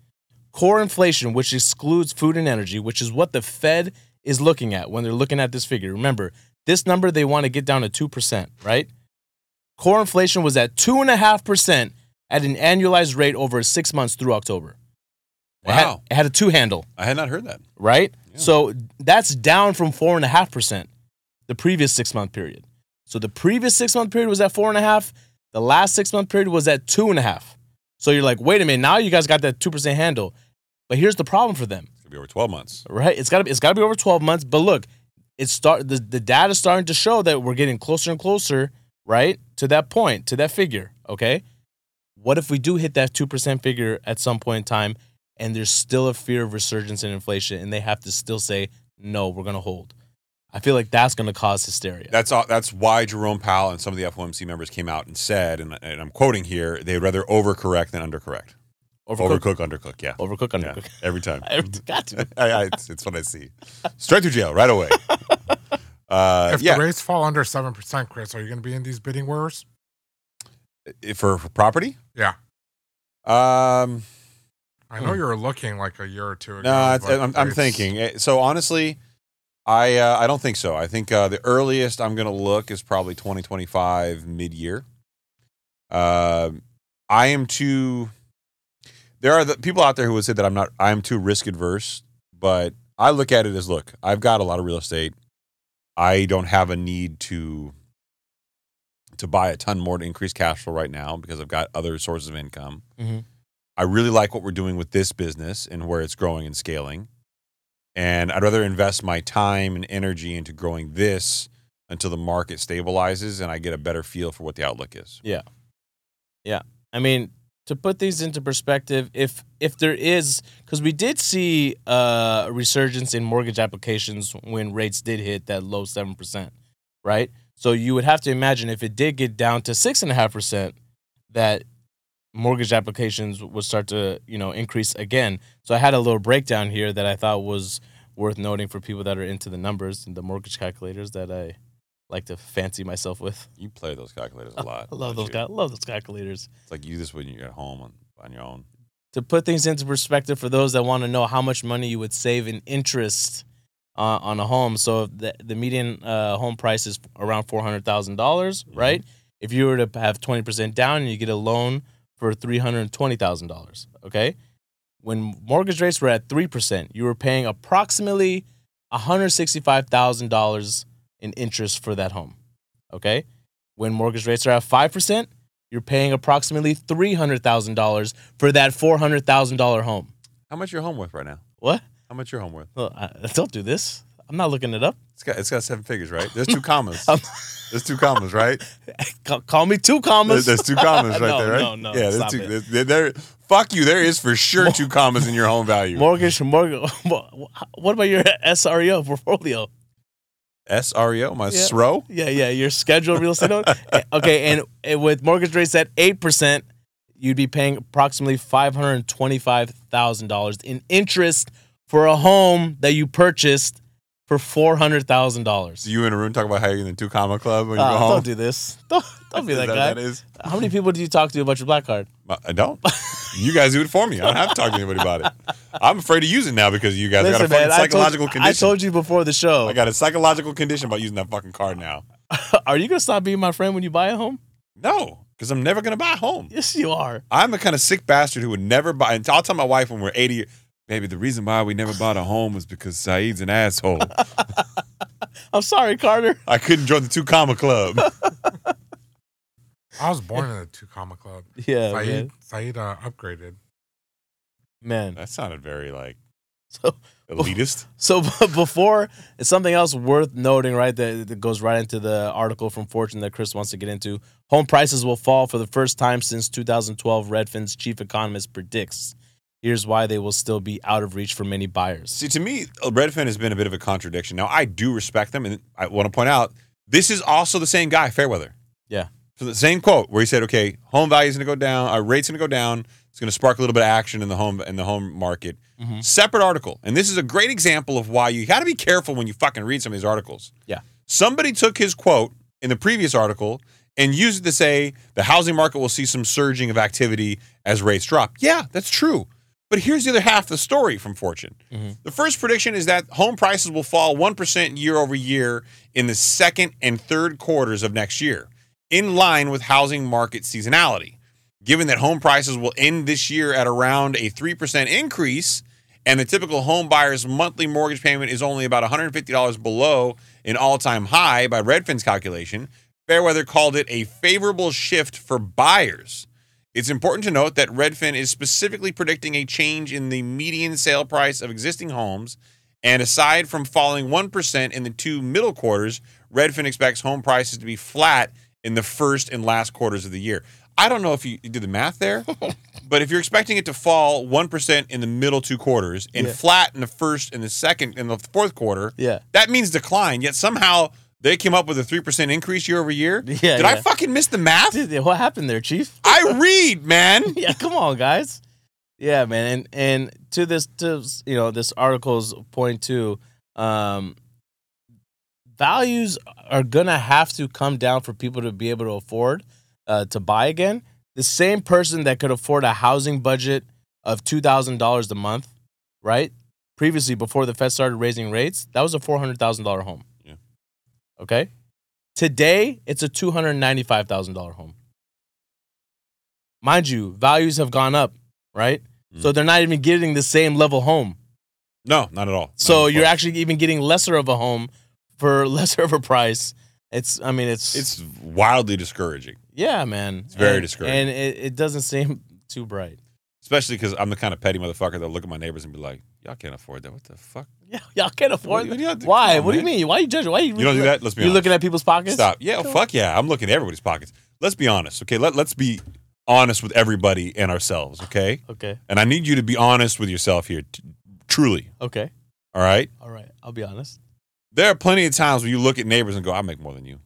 B: Core inflation, which excludes food and energy, which is what the Fed is looking at when they're looking at this figure. Remember, this number they want to get down to 2%, right? Core inflation was at 2.5% at an annualized rate over six months through October. It had-
A: Wow.
B: it had a two handle
A: I had not heard that.
B: right?
A: Yeah.
B: So that's down from four and a half percent the previous six month period. So the previous six month period was at four and a half. The last six month period was at two and a half. So you're like, wait a minute, now you guys got that two percent handle. But here's the problem for them,
A: It's gonna be over twelve months.
B: right? It's gotta be it's gotta be over twelve months. But look, it's start the, the data's starting to show that we're getting closer and closer, right? To that point, to that figure. Okay. What if we do hit that two percent figure at some point in time and there's still a fear of resurgence in inflation and they have to still say, no, we're gonna hold. I feel like that's gonna cause hysteria.
A: That's all, that's why Jerome Powell and some of the FOMC members came out and said, and, and I'm quoting here, they'd rather overcorrect than undercorrect.
B: Overcook,
A: Overcook, undercook, yeah,
B: overcook,
A: yeah,
B: undercook.
A: every time.
B: I got to.
A: I, I, it's, it's what I see. Straight to jail right away. Uh,
C: if
A: yeah,
C: the rates fall under seven percent, Chris, are you going to be in these bidding wars?
A: for, for property.
C: Yeah.
A: Um,
C: I know
A: Hmm.
C: you were looking like a year or two ago.
A: No, it's,
C: but
A: I'm, I'm
C: it's-
A: thinking. Eh, So honestly, I uh, I don't think so. I think uh, the earliest I'm going to look is probably 2025 mid year. Uh, I am too. There are the people out there who would say that I'm not. I'm too risk adverse, but I look at it as look. I've got a lot of real estate. I don't have a need to to buy a ton more to increase cash flow right now because I've got other sources of income.
B: Mhm.
A: I really like what we're doing with this business and where it's growing and scaling. And I'd rather invest my time and energy into growing this until the market stabilizes and I get a better feel for what the outlook is.
B: I mean, to put these into perspective, if if there is, because we did see uh, a resurgence in mortgage applications when rates did hit that low seven percent, right? So you would have to imagine if it did get down to six and a half percent, that mortgage applications would start to you know increase again. So I had a little breakdown here that I thought was worth noting for people that are into the numbers and the mortgage calculators that I like to fancy myself with.
A: You play those calculators a lot.
B: I love those
A: guys.
B: cal- love those calculators.
A: It's like you do this when you're at home on, on your own.
B: to put things into perspective for those that want to know how much money you would save in interest uh, on a home. So if the the median uh, home price is around four hundred dollars, right? If you were to have twenty percent down and you get a loan for three hundred twenty thousand dollars, okay? When mortgage rates were at three percent, you were paying approximately one hundred sixty five thousand dollars in interest for that home, okay? When mortgage rates are at five percent, you're paying approximately three hundred thousand dollars for that four hundred thousand dollar home.
A: How much your home worth right now?
B: What?
A: How much your home worth?
B: Well, I, don't do this. I'm not looking it up.
A: It's got it's got seven figures, right? There's two commas.
B: Um,
A: There's two commas, right?
B: Ca- call me two
A: There's,
B: commas.
A: there's two commas right
B: No,
A: there, right?
B: no, no,
A: Yeah, there's
B: stop
A: two.
B: it.
A: There's, there, there- fuck you. There is for sure two commas in your home value.
B: Mortgage, mortgage. What about your SREO portfolio?
A: SREO, E my
B: Yeah.
A: SRO.
B: Yeah, yeah. Your scheduled real estate. Loan? Okay, and, and with mortgage rates at eight percent, you'd be paying approximately five hundred twenty-five thousand dollars in interest for a home that you purchased for four hundred thousand dollars.
A: So you in a room talking about how you're in the two comma club when you go home.
B: Ah, don't do this. Don't, don't be
A: Is
B: that
A: what
B: guy.
A: That is?
B: How many people do you talk to about your black card?
A: Uh, I don't. you guys do it for me. I don't have to talk to anybody about it. I'm afraid to use it now because you guys I got a fucking
B: I told-
A: psychological
B: I
A: condition.
B: told you before the show.
A: I got a psychological condition about using that fucking card now.
B: Are you gonna stop being my friend when you buy a home?
A: No, because I'm never gonna buy a home.
B: Yes, you are.
A: I'm the kind of sick bastard who would never buy. And I'll tell my wife when we're 80. year- Baby, the reason why we never bought a home was because Saeed's an asshole.
B: I'm sorry, Carter.
A: I couldn't join the two comma club.
C: I was born in a two comma club.
A: Oh,
B: Yeah,
C: Saeed, Saeed uh, upgraded.
B: man. man.
A: That sounded very like
B: So,
A: elitist.
B: so before it's something else worth noting, right? That, that goes right into the article from Fortune that Chris wants to get into. Home prices will fall for the first time since 2012. Redfin's chief economist predicts. Here's why they will still be out of reach for many buyers.
A: See, to me, Redfin has been a bit of a contradiction. Now, I do respect them, and I want to point out this is also the same guy, Fairweather.
B: Yeah.
A: So the same quote where he said, "Okay, home value is going to go down, our rates going to go down. It's going to spark a little bit of action in the home in the home market."
B: Mhm.
A: Separate article, and this is a great example of why you got to be careful when you fucking read some of these articles.
B: Yeah.
A: Somebody took his quote in the previous article and used it to say the housing market will see some surging of activity as rates drop. Yeah, that's true. But here's the other half of the story from Fortune.
B: Mhm.
A: The first prediction is that home prices will fall 1% year over year in the second and third quarters of next year, in line with housing market seasonality. Given that home prices will end this year at around a 3% increase, and the typical home buyer's monthly mortgage payment is only about $150 below an all time high by Redfin's calculation, Fairweather called it a favorable shift for buyers. It's important to note that Redfin is specifically predicting a change in the median sale price of existing homes. And aside from falling 1% in the two middle quarters, Redfin expects home prices to be flat in the first and last quarters of the year. I don't know if you you did the math there, but if you're expecting it to fall 1% in the middle two quarters and
B: Yeah.
A: flat in the first and the second and the fourth quarter,
B: Yeah,
A: that means decline. Yet somehow they came up with a 3% increase year over year.
B: Yeah,
A: Did I
B: yeah.
A: fucking miss the math?
B: Dude, what happened there, Chief?
A: I read, man.
B: yeah, come on, guys. Yeah, man, and and to this to you know this article's point too, um, values are gonna have to come down for people to be able to afford uh, to buy again. The same person that could afford a housing budget of two thousand dollars a month, right? Previously, before the Fed started raising rates, that was a four hundred thousand dollar home.
A: Yeah.
B: Okay. Today, it's a two hundred ninety five thousand dollar home mind you, values have gone up, right?
A: Mm.
B: So they're not even getting the same level home.
A: No, not at all. Not
B: So
A: even
B: you're
A: close.
B: actually even getting lesser of a home for lesser of a price. It's, I mean, it's,
A: It's wildly discouraging,
B: yeah, man. It's
A: very
B: and,
A: discouraging.
B: And it, it doesn't seem too bright.
A: especially because I'm the kind of petty motherfucker that'll look at my neighbors and be like, "Y'all can't afford that. What the fuck?
B: Yeah, y'all can't
A: What-
B: afford
A: what
B: it.
A: do y'all do?
B: Why?
A: Come on,
B: what do you
A: man.
B: mean? Why are you judging? Why are you,
A: You don't do that. Let's be
B: You're
A: honest.
B: looking at people's pockets?
A: Stop. Yeah,
B: Come
A: fuck yeah. I'm looking at everybody's pockets. Let's be honest, okay? Let Let's be honest with everybody and ourselves, okay?
B: Okay.
A: And I need you to be honest with yourself here, t- truly.
B: Okay.
A: All right.
B: All right. I'll be honest.
A: There are plenty of times where you look at neighbors and go, "I make more than you."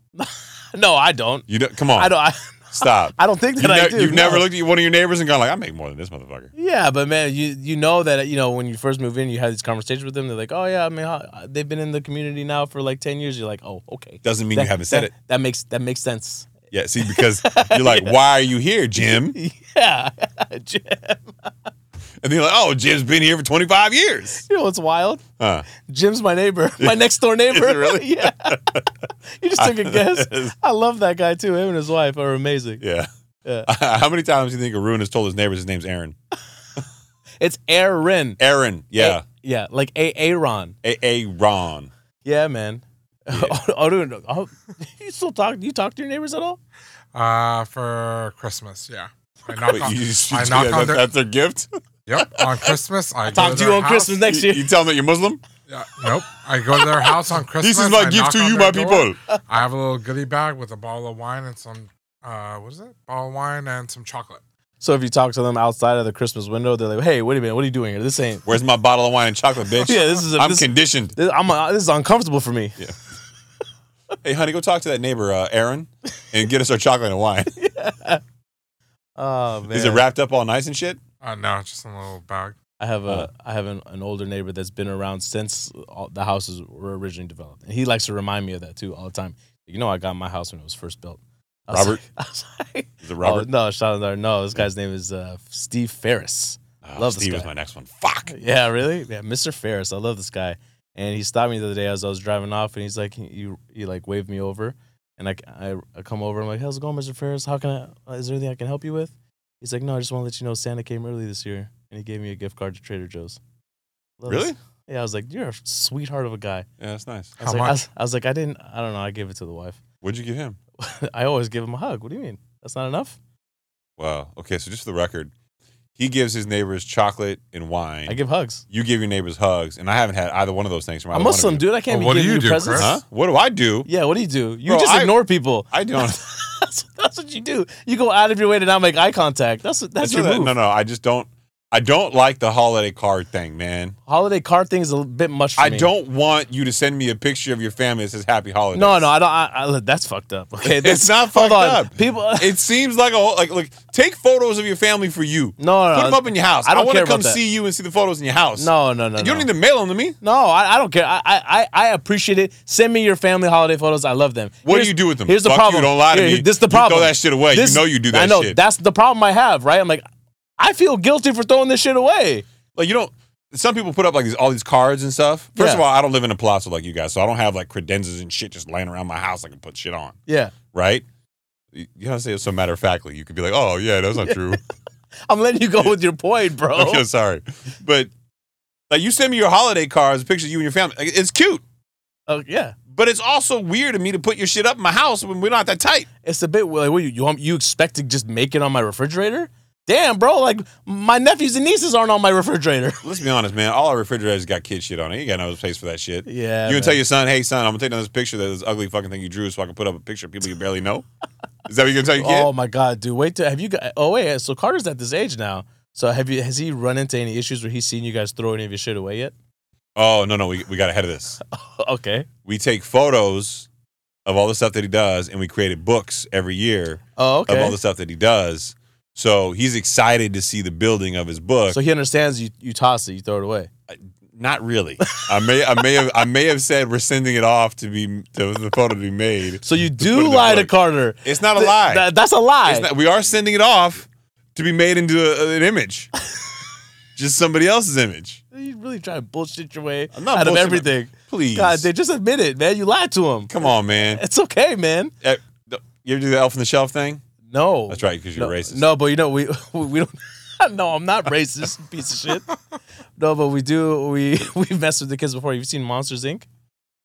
B: No, I don't.
A: You don't, come on.
B: I don't. I,
A: stop.
B: I don't think
A: You
B: that I
A: ne-
B: do.
A: you've
B: no.
A: never looked at one of your neighbors and gone like, "I make more than this motherfucker."
B: Yeah, but man, you you know that you know when you first move in, you have these conversations with them. They're like, "Oh yeah, I mean, how, they've been in the community now for like ten years." You're like, "Oh, okay."
A: Doesn't mean you haven't said
B: that,
A: it.
B: That makes that makes sense.
A: Yeah. See, because you're like, "Why are you here, Jim?"
B: Yeah, Jim.
A: And then you're like, oh, Jim's been here for 25 years.
B: You know what's wild?
A: Huh.
B: Jim's my neighbor, my next door neighbor.
A: it really?
B: yeah. you just took a guess. I love that guy too. Him and his wife are amazing.
A: Yeah.
B: Yeah.
A: How many times do you think Arun has told his neighbors his name's Aaron?
B: It's Aaron.
A: Aaron. Yeah.
B: A- yeah, like A Aaron.
A: A A Ron.
B: Yeah, man. I don't know. Oh, you still talk? You talk to your neighbors at all?
C: Uh, for Christmas, yeah. I knock
A: Wait,
C: on,
A: you, just- you
C: I
A: do
C: knock
A: that-
C: on their,
A: that's their gift?
C: yep, on Christmas. I, go
B: Talk to you
C: their
B: on
C: house.
B: Christmas next
A: You,
B: year.
A: you tell them that you're Muslim?
C: Yeah, nope. I go to their house on Christmas.
A: This is
C: I
A: my gift
C: knock
A: to
C: on
A: you, my
C: their door.
A: people.
C: I have a little goodie bag with a bottle of wine and some, uh, what is it? Bottle of wine and some chocolate.
B: So if you talk to them outside of the Christmas window, they're like, "Hey, wait a minute, what are you doing here? This ain't.
A: Where's my bottle of wine and chocolate, bitch?
B: Yeah, this is. A,
A: I'm
B: this,
A: conditioned.
B: this- I'm a, this is uncomfortable for me.
A: Hey, honey, go talk to that neighbor, uh, Aaron, and get us our chocolate and wine.
B: Oh man.
A: Is it wrapped up all nice and shit?
C: Uh, no, just in a little bag.
B: I have a
A: Uh.
B: I have an, an older neighbor that's been around since all, the houses were originally developed, and he likes to remind me of that too all the time. You know, I got my house when it was first built. I was
A: Robert?
B: like- I was like,
A: Is it
B: Robert?
A: Robert?
B: no, shout out there. No, this guy's name is uh, Steve Ferris.
A: Ah,
B: Oh, love this
A: Steve is
B: guy.
A: my next one. Fuck.
B: Yeah, really? Yeah, Mr. Ferris. I love this guy. And he stopped me the other day as I was driving off, and he's like, he, he, he like waved me over, and I, I, I come over. I'm like, how's it going, Mr. Ferris? How can I? Is there anything I can help you with? He's like, no, I just want to let you know Santa came early this year, and he gave me a gift card to Trader Joe's. Love this.
A: Really?
B: Yeah, I was like, you're a sweetheart of a guy.
A: Yeah, that's nice.
B: I was,
C: How
B: like, I,
C: much?
B: was, I was like, I didn't. I don't know. I gave it to the wife.
A: What'd you give him?
B: I always give him a hug. What do you mean? That's not enough.
A: Wow. Okay, so just for the record, he gives his neighbors chocolate and wine.
B: I give hugs.
A: you give your neighbors hugs, and I haven't had either one of those things from either
B: I'm
A: one of
B: Muslim,
A: you.
B: dude. I can't
C: Well, Oh, what
B: be
C: do
B: giving
C: you
B: you,
C: do,
B: presents.
C: Chris?
A: Huh? What do I do?
B: Yeah, what do you do? You
A: Bro,
B: just
A: I-
B: ignore people.
A: I don't.
B: that's, that's what you do. You go out of your way to not make eye contact. That's that's,
A: That's
B: your
A: what I-
B: move.
A: No, no, I just don't. I don't like the holiday card thing, man.
B: Holiday card thing is a bit much for
A: I
B: me.
A: don't want you to send me a picture of your family that says "Happy Holidays."
B: No, no, I don't. I, I, look, that's fucked up. Okay, that's,
A: it's not
B: hold
A: fucked
B: on.
A: up.
B: People, no,
A: It seems like a whole, like like take photos of your family for you.
B: no,
A: Put them
B: no,
A: up in your house.
B: I
A: I,
B: don't
A: want
B: care
A: to come
B: about that.
A: see you and see the photos in your house.
B: no, no, no.
A: you
B: no.
A: don't need to mail them to me.
B: No, I, I don't care. I, I, I I appreciate it. Send me your family holiday photos. I love them.
A: What
B: Here's-
A: do you do with them?
B: Here's the
A: Fuck
B: problem.
A: You don't lie to
B: Here,
A: me.
B: This is the problem.
A: You throw that shit away.
B: This-
A: you know you do that
B: I know.
A: shit.
B: That's the problem I have, right? I'm like, I feel guilty for throwing this shit away.
A: like you don't. Some people put up like these all these cards and stuff. First
B: Yeah.
A: of all, I don't live in a palazzo like you guys, so I don't have like credenzas and shit just laying around my house. I can put shit on,
B: Yeah.
A: right? You you know, say it so matter of factly. You could be like, "Oh yeah, that's not true."
B: I'm letting you go with your point, bro.
A: okay, sorry, but like you send me your holiday cards, pictures of you and your family. Like, it's cute,
B: Uh, yeah.
A: but it's also weird to me to put your shit up in my house when we're not that tight.
B: It's a bit like, what you, you want- you expect to just make it on my refrigerator? Damn, bro! Like my nephews and nieces aren't on my refrigerator.
A: Let's be honest, man. All our refrigerators got kid shit on it. You ain't got no place for that shit.
B: Yeah,
A: You gonna tell your son, hey son, I'm gonna take down this picture that this ugly fucking thing you drew, so I can put up a picture of people you barely know. Is that what you're gonna tell your kid?
B: Oh my god, dude! Wait till have you got? Oh wait, so Carter's at this age now. So have you? Has he run into any issues where he's seen you guys throw any of your shit away yet?
A: Oh no, no, we we got ahead of this.
B: Uh, okay.
A: We take photos of all the stuff that he does, and we created books every year
B: Oh
A: of all
B: okay.
A: the stuff that he does. So he's excited to see the building of his book.
B: So he understands you. You toss it, you throw it away.
A: Not really. I may, I may have, I may have said we're sending it off to be to the photo to be made.
B: So you
A: put it
B: do
A: in
B: lie
A: the
B: to
A: book.
B: Carter.
A: It's not a
B: Th-
A: lie.
B: that- that's a lie.
A: It's not- we are sending it off to be made into a, an image, just somebody else's image.
B: you really try to bullshit your way
A: I'm not
B: out of
A: bullshitting.
B: everything.
A: Please,
B: God, dude, just admit it, man. You lied to him.
A: come on, man.
B: It's okay, man.
A: Eh, th- You ever do the elf on the shelf thing?
B: No.
A: That's right, because you're
B: no,
A: racist.
B: No, but you know we we don't. no, I'm not racist, piece of shit. No, but we do. We we mess with the kids before. You've seen Monsters Inc.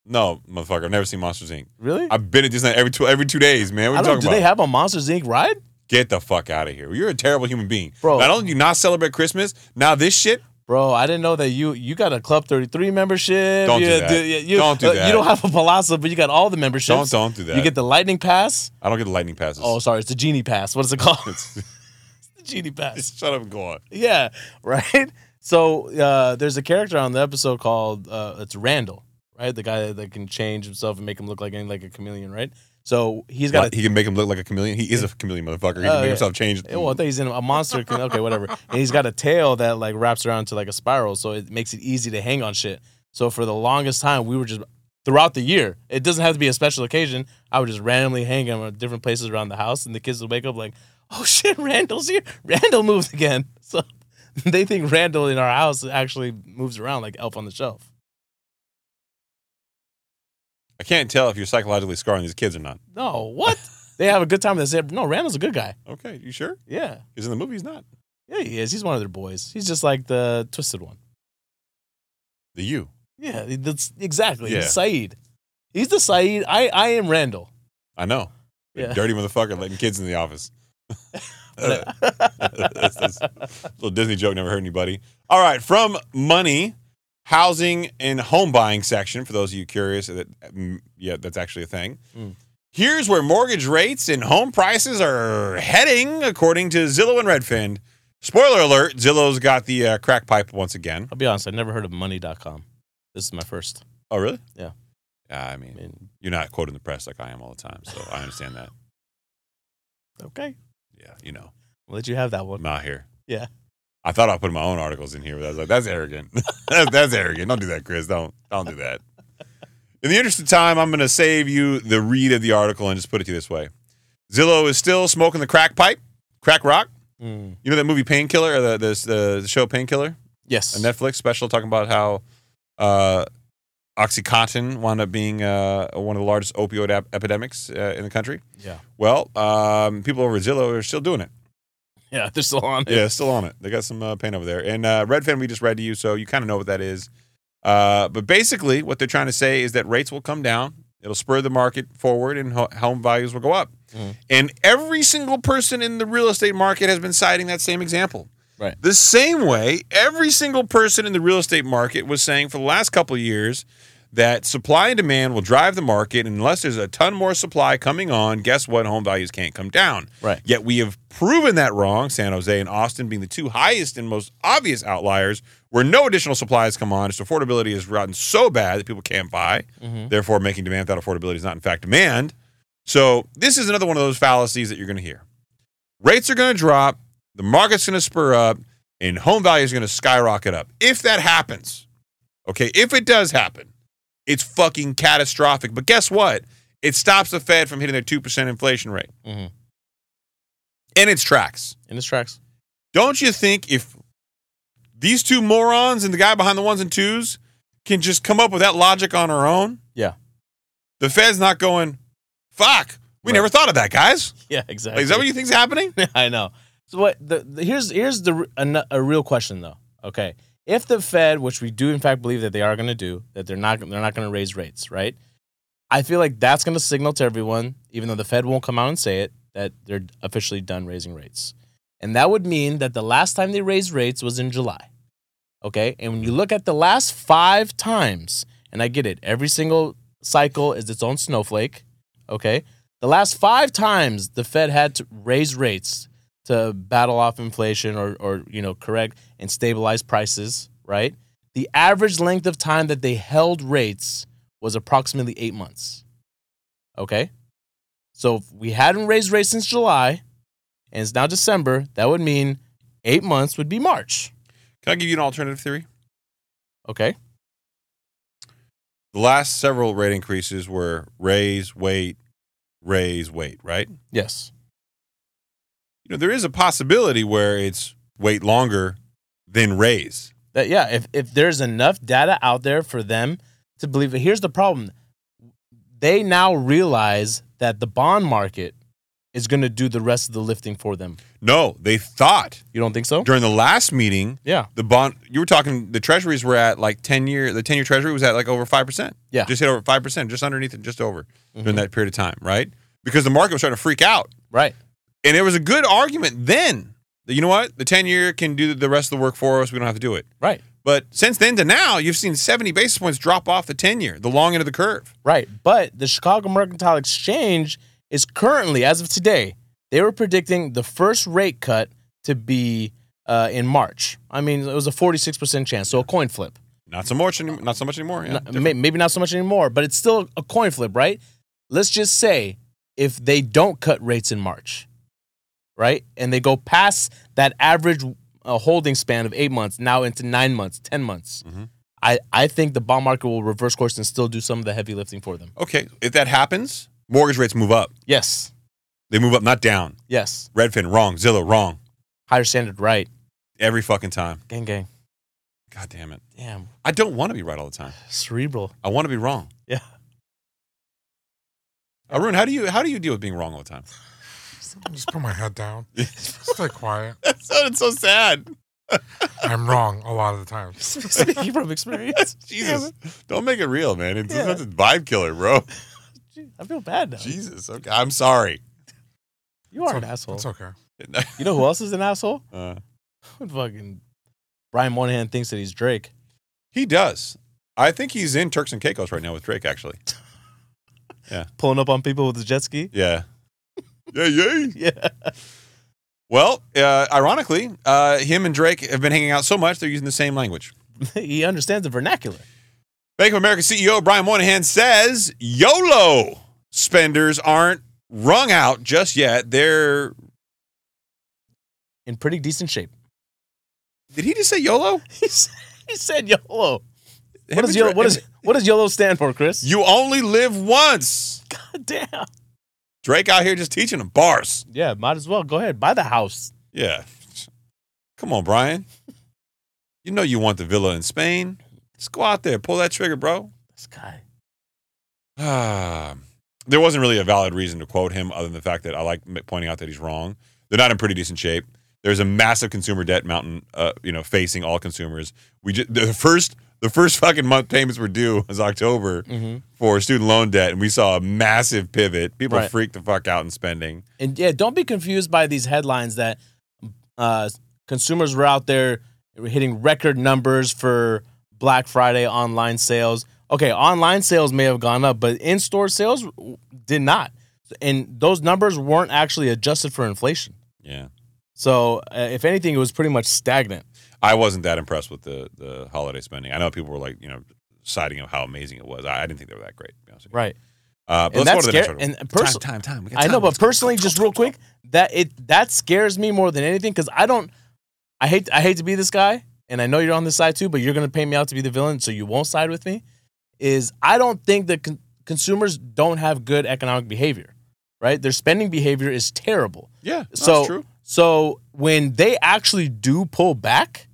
A: no, motherfucker. I've never seen Monsters Inc.
B: Really?
A: I've been at Disneyland every two every two days, man. What
B: I
A: are you
B: don't.
A: talking
B: Do
A: about?
B: they have a Monsters Inc. ride?
A: Get the fuck out of here. You're a terrible human being,
B: Bro.
A: Not only do you not celebrate Christmas, now this shit.
B: Bro, I didn't know that you you got a Club 33 membership.
A: Don't do
B: you,
A: that.
B: you- you-
A: Don't do
B: uh, You
A: that.
B: don't have a Palazzo, but you got all the memberships.
A: Don't don't do that.
B: You get the Lightning Pass.
A: I don't get the lightning passes.
B: Oh, sorry, it's the Genie Pass. What is it called? it's the Genie Pass.
A: shut up and go on.
B: Yeah, right. So uh, there's a character on the episode called uh, it's Randall, right? The guy that can change himself and make him look like any like a chameleon, right? So he's got.
A: he can make him look like a chameleon. He is a chameleon, motherfucker. He can
B: Oh,
A: make
B: yeah.
A: himself change.
B: A, well, I thought he's in a monster. can- Okay, whatever. And he's got a tail that like wraps around to like a spiral, so it makes it easy to hang on shit. So for the longest time, we were just throughout the year. It doesn't have to be a special occasion. I would just randomly hang him at different places around the house, and the kids would wake up like, "Oh shit, Randall's here! Randall moved again." So they think Randall in our house actually moves around like Elf on the Shelf.
A: I can't tell if you're psychologically scarring these kids or not.
B: No, what? they have a good time. They say, no, Randall's a good guy.
A: Okay, you sure?
B: Yeah.
A: Because in the movie, he's not.
B: Yeah, he is. He's one of their boys. He's just like the twisted one.
A: The you.
B: Yeah, that's exactly.
A: Yeah.
B: He's Saeed. He's the Saeed. I, I am Randall.
A: I know.
B: Yeah.
A: Dirty motherfucker letting kids in the office. That's- that's- little Disney joke never hurt anybody. All right, from money, housing, and home buying section. For those of you curious, that mm, yeah, that's actually a thing.
B: Mm.
A: Here's where mortgage rates and home prices are heading, according to Zillow and Redfin. Spoiler alert: Zillow's got the uh, crack pipe once again.
B: I'll be honest, I never heard of money.com. This is my first.
A: Oh, really?
B: Yeah.
A: Yeah, I
B: I
A: mean,
B: mean,
A: you're not quoting the press like I am all the time, so I understand that.
B: okay.
A: Yeah, you know,
B: I'll let you have that one.
A: I'm out here.
B: Yeah.
A: I thought I put my own articles in here, but I was like, that's arrogant. that's, that's arrogant. Don't do that, Chris. Don't don't do that. In the interest of time, I'm going to save you the read of the article and just put it to you this way: Zillow is still smoking the crack pipe, crack rock.
B: Mm.
A: You know that movie Painkiller, or the this, the, the show Painkiller,
B: Yes.
A: a Netflix special talking about how uh, OxyContin wound up being uh, one of the largest opioid ep- epidemics uh, in the country.
B: yeah.
A: Well, um, people over at Zillow are still doing it.
B: Yeah, they're still on it.
A: Yeah, it's still on it. They got some uh, paint over there. And uh, Redfin, we just read to you, so you kind of know what that is. Uh, but basically, what they're trying to say is that rates will come down. It'll spur the market forward, and ho- home values will go up.
B: Mhm.
A: And every single person in the real estate market has been citing that same example.
B: Right.
A: The same way, every single person in the real estate market was saying for the last couple of years that supply and demand will drive the market. And unless there's a ton more supply coming on, guess what? Home values can't come down.
B: Right.
A: Yet we have proven that wrong, San Jose and Austin being the two highest and most obvious outliers where no additional supply has come on. Its affordability has gotten so bad that people can't buy,
B: Mhm.
A: therefore making demand without affordability is not in fact demand. So this is another one of those fallacies that you're going to hear. Rates are going to drop, the market's going to spur up, and home values are going to skyrocket up. If that happens, okay, if it does happen, it's fucking catastrophic. But guess what? It stops the Fed from hitting their 2% inflation rate
B: Mhm.
A: in its tracks.
B: In his tracks.
A: Don't you think if these two morons and the guy behind the ones and twos can just come up with that logic on our own?
B: Yeah.
A: The Fed's not going, fuck, we
B: Right.
A: never thought of that, guys.
B: Yeah,
A: Like,
B: exactly.
A: is that what you think's happening?
B: I know. So what? The, the, here's here's the r- an, a real question though. Okay, if the Fed, which we do in fact believe that they are going to do, that they're not they're not going to raise rates, right? I feel like that's going to signal to everyone, even though the Fed won't come out and say it, that they're officially done raising rates, and that would mean that the last time they raised rates was in July. Okay, and when you look at the last five times, and I get it, every single cycle is its own snowflake. Okay, the last five times the Fed had to raise rates to battle off inflation or, or you know correct and stabilize prices, right? The average length of time that they held rates was approximately eight months. Okay, so if we hadn't raised rates since July, and it's now December. That would mean eight months would be March.
A: Can I give you an alternative theory?
B: Okay,
A: The last several rate increases were raise, wait, raise, wait, right?
B: yes,
A: You know, there is a possibility where it's wait longer than raise.
B: that yeah. If if there's enough data out there for them to believe it, here's the problem. they now realize that the bond market is going to do the rest of the lifting for them.
A: No, they thought
B: You don't think so?
A: during the last meeting
B: Yeah.
A: the bond you were talking the treasuries were at like 10 year the 10 year treasury was at like over 5%
B: Yeah.
A: just hit over 5% just underneath it just over during
B: Mhm.
A: that period of time right because the market was starting to freak out
B: Right.
A: and there was a good argument then that you know what the 10 year can do the rest of the work for us we don't have to do it
B: Right.
A: but since then to now you've seen 70 basis points drop off the 10 year the long end of the curve
B: Right. But the Chicago Mercantile Exchange is currently, as of today, they were predicting the first rate cut to be uh, in March. I mean, it was a 46% chance, so a coin flip.
A: not so much any- not so much anymore yeah,
B: Not-
A: different.
B: may- maybe not so much anymore, but it's still a coin flip, right? Let's just say if they don't cut rates in March, right, and they go past that average uh, holding span of eight months now into nine months, ten months,
A: Mhm.
B: I I think the bond market will reverse course and still do some of the heavy lifting for them.
A: okay if that happens mortgage rates move up
B: Yes,
A: they move up not down
B: yes,
A: redfin wrong zillow wrong
B: higher standard, right?
A: every fucking time.
B: Gang, gang.
A: God damn it.
B: Damn.
A: I don't want to be right all the time.
B: Cerebral.
A: I want to be wrong.
B: Yeah.
A: Arun, how do you how do you deal with being wrong all the time?
C: I just put my head down. Stay quiet.
A: That sounded so sad.
C: I'm wrong a lot of the time.
B: Speaking from experience.
A: Jesus, don't make it real, man. It's
B: Yeah.
A: that's a vibe killer, bro.
B: Gee, I feel bad now.
A: Jesus, okay, I'm sorry.
B: You are
C: It's
B: an
C: o-
B: asshole.
C: It's okay.
B: You know who else is an asshole?
A: Uh,
B: Fucking Brian Moynihan thinks that he's Drake.
A: he does. I think he's in Turks and Caicos right now with Drake, actually.
B: Pulling up on people with the jet ski.
A: Yeah. yeah, yeah.
B: Yeah.
A: Well, uh, ironically, uh, him and Drake have been hanging out so much they're using the same language.
B: he understands the vernacular.
A: Bank of America CEO Brian Moynihan says YOLO spenders aren't wrung out just yet. They're
B: In pretty decent shape.
A: did he just say YOLO?
B: He s- he said YOLO.
A: Him
B: What does
A: and
B: YOLO,
A: Dra-
B: what, is, what does YOLO stand for, Chris?
A: You only live once.
B: God damn.
A: Drake out here just teaching them bars.
B: Yeah, might as well. Go ahead. Buy the house.
A: Yeah. Come on, Brian. You know you want the villa in Spain. Just go out there, pull that trigger, bro.
B: This guy.
A: Ah. there wasn't really a valid reason to quote him other than the fact that I like m- pointing out that he's wrong. They're not in pretty decent shape. There's a massive consumer debt mountain, uh, you know, facing all consumers. We just, the first the first fucking month payments were due was October
B: Mm-hmm.
A: for student loan debt, and we saw a massive pivot. People
B: Right.
A: freaked the fuck out in spending.
B: And yeah, don't be confused by these headlines that uh, consumers were out there hitting record numbers for Black Friday online sales. Okay, online sales may have gone up, but in store sales did not. And those numbers weren't actually adjusted for inflation.
A: Yeah.
B: So, uh, if anything, it was pretty much stagnant.
A: I wasn't that impressed with the the holiday spending. I know people were like, you know, citing how amazing it was. I, I didn't think they were that great. To be honest with you.
B: Right.
A: Uh, but
B: And
A: let's go
B: that's
A: to the next
B: scary.
A: article.
B: And personally,
A: time, time. We got
B: I know,
A: time.
B: but
A: Let's go.
B: personally, just real quick, that it that scares me more than anything because I don't. I hate I hate to be this guy, and I know you're on this side too, but you're gonna pay me out to be the villain, so you won't side with me. Is I don't think that con- consumers don't have good economic behavior, right? Their spending behavior is terrible.
A: yeah, that's
B: so
A: true.
B: so when they actually do pull back,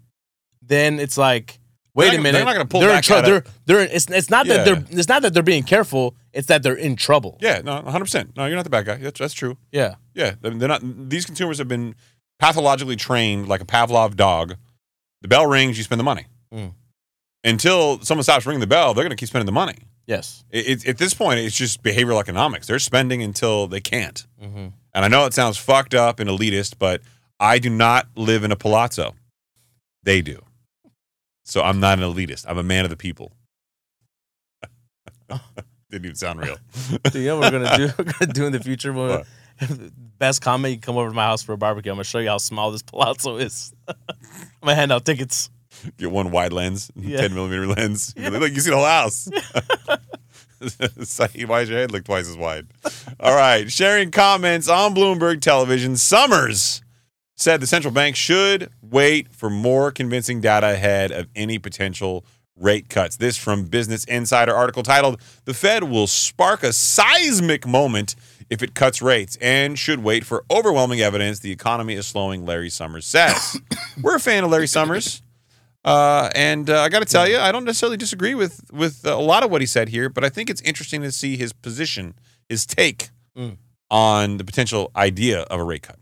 B: then it's like. Wait
A: They're not
B: a
A: gonna-
B: minute.
A: they're not gonna pull
B: They're in
A: back
B: trou-
A: out
B: They're,
A: of-
B: they're in, it's, it's not that
A: Yeah.
B: they're it's not that they're being careful. It's that they're in trouble.
A: Yeah, no, 100. percent No, you're not the bad guy. That's that's true.
B: yeah.
A: Yeah, I mean, they're not. These consumers have been pathologically trained like a Pavlov dog. The bell rings, you spend the money.
B: Mm.
A: Until someone stops ringing the bell, they're going to keep spending the money.
B: Yes.
A: It, it, at this point, it's just behavioral economics. They're spending until they can't.
B: Mm-hmm.
A: And I know it sounds fucked up and elitist, but I do not live in a palazzo. They do. So I'm not an elitist. I'm a man of the people. Didn't even sound real.
B: Do you know what we're gonna do? We're gonna do in the future when
A: What?
B: best comment you come over to my house for a barbecue. I'm gonna show you how small this palazzo is. I'm gonna hand out tickets.
A: Get one wide lens,
B: Yeah.
A: 10 millimeter lens.
B: Yeah.
A: Look, you see the whole house. Saeed, why does your head look twice as wide? All right. Sharing comments on Bloomberg television. Summers said the central bank should wait for more convincing data ahead of any potential rate cuts. This from Business Insider article titled The Fed will spark a seismic moment if it cuts rates and should wait for overwhelming evidence the economy is slowing, Larry Summers says. We're a fan of Larry Summers. Uh, and uh, I got to tell you, I don't necessarily disagree with with a lot of what he said here, but I think it's interesting to see his position, his take
B: Mm.
A: on the potential idea of a rate cut.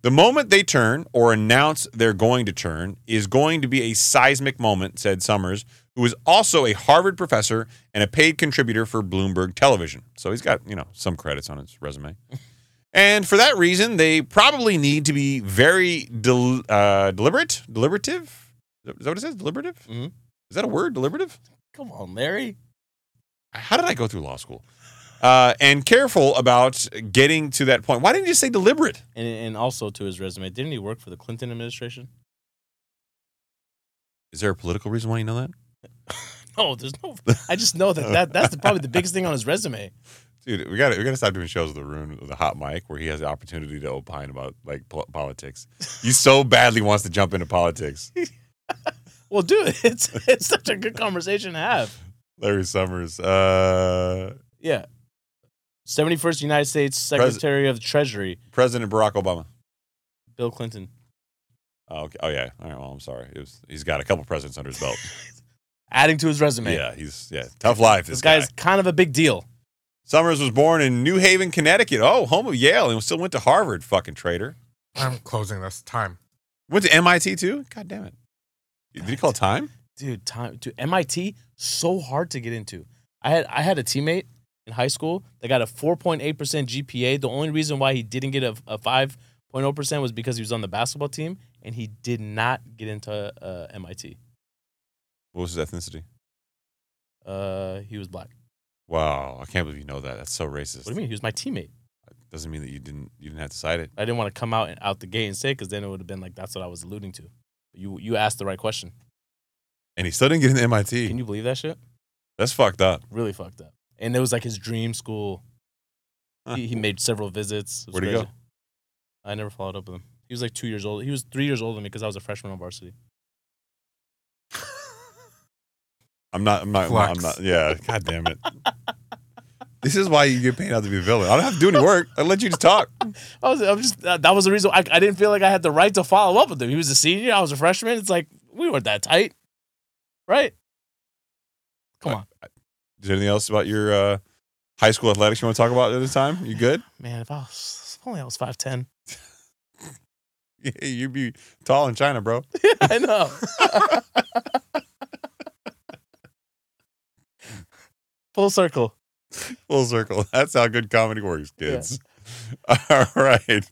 A: The moment they turn or announce they're going to turn is going to be a seismic moment, said Summers, who is also a Harvard professor and a paid contributor for Bloomberg Television. So he's got, you know, some credits on his resume. and for that reason, they probably need to be very del- uh, deliberate, deliberative. Is that what it says? Deliberative?
B: Mhm.
A: Is that a word? Deliberative?
B: Come on, Larry.
A: How did I go through law school? Uh, and careful about getting to that point. Why didn't you say deliberate?
B: And and also to his resume, didn't he work for the Clinton administration?
A: Is there a political reason why you know that?
B: Oh, there's no. I just know that, that that's the, probably the biggest thing on his resume.
A: Dude, we got to we got to stop doing shows with Arun with a hot mic where he has the opportunity to opine about like pol- politics. He so badly wants to jump into politics.
B: Well, dude, it's it's such a good conversation to have.
A: Larry Summers, uh,
B: Yeah. Seventy first United States Secretary of the Treasury,
A: President Barack Obama.
B: Bill Clinton.
A: Oh, okay. Oh yeah. All right. Well, I'm sorry. It was, he's got a couple presidents under his belt.
B: Adding to his resume.
A: yeah. He's yeah. Tough life. This,
B: This guy's kind of a big deal.
A: Summers was born in New Haven, Connecticut. Oh, home of Yale, and still went to Harvard. Fucking traitor.
C: I'm closing this time.
A: Went to MIT too. God damn it. Did he call time?
B: dude time to mit so hard to get into i had i had a teammate in high school that got a 4.8% gpa the only reason why he didn't get a, a 5.0% was because he was on the basketball team and he did not get into uh, mit
A: What was his ethnicity?
B: uh, he was black
A: Wow, I can't believe you know that. That's so racist.
B: what do you mean he was my teammate
A: Doesn't mean that you didn't you didn't have to cite it.
B: i didn't want to come out and out the gate and say because then it would have been like that's what i was alluding to you you asked the right question
A: And he still didn't get into MIT.
B: can you believe that shit
A: That's fucked up.
B: really fucked up and it was like his dream school
A: Huh.
B: he, he made several visits. It was
A: Where'd he go?
B: crazy. I never followed up with him. He was like two years old. He was three years older than me because I was a freshman on varsity.
A: I'm not. I'm not. I'm not- I'm
C: Flex.
A: not. Yeah. God damn it. this is why you get paid out to be a villain. I don't have to do any work. I let you just talk.
B: I was, I'm just that, that was the reason I, I didn't feel like I had the right to follow up with him. He was a senior. I was a freshman. It's like we weren't that tight, right? Come on,
A: Is there anything else about your uh, high school athletics you want to talk about at this time? You good?
B: man. If I was if only I was five ten.
A: Yeah, you'd be tall in China, bro.
B: I know. Full circle.
A: Full circle. That's how good comedy works, kids. All right.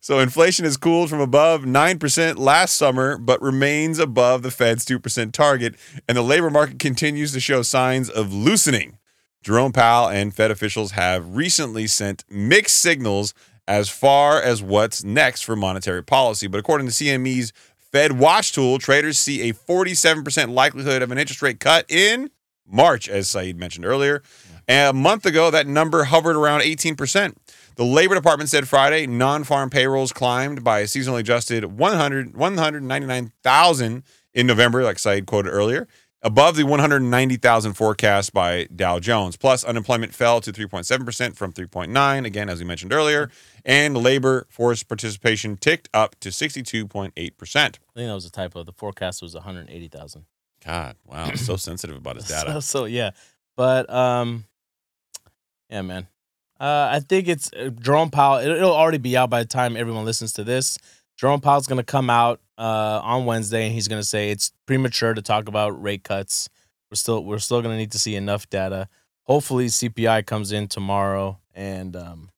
A: So inflation has cooled from above 9% last summer, but remains above the Fed's 2% target, and the labor market continues to show signs of loosening. Jerome Powell and Fed officials have recently sent mixed signals as far as what's next for monetary policy. But according to CME's Fed Watch tool, traders see a 47% likelihood of an interest rate cut in March, as Saeed mentioned earlier. A month ago, that number hovered around 18%. The Labor Department said Friday non farm payrolls climbed by a seasonally adjusted 100, 199,000 in November, like Saeed quoted earlier, above the 190,000 forecast by Dow Jones. Plus, unemployment fell to 3.7% from 3.9, again, as we mentioned earlier, and labor force participation ticked up to 62.8%.
B: I think that was a typo. The forecast was one hundred eighty thousand.
A: God, wow, so sensitive about his data.
B: So, so, yeah, but um, yeah, man. Uh, I think it's uh, Jerome Powell. It'll, it'll already be out by the time everyone listens to this. Jerome Powell's gonna come out uh, on Wednesday and he's gonna say it's premature to talk about rate cuts. We're still we're still gonna need to see enough data. Hopefully CPI comes in tomorrow and um,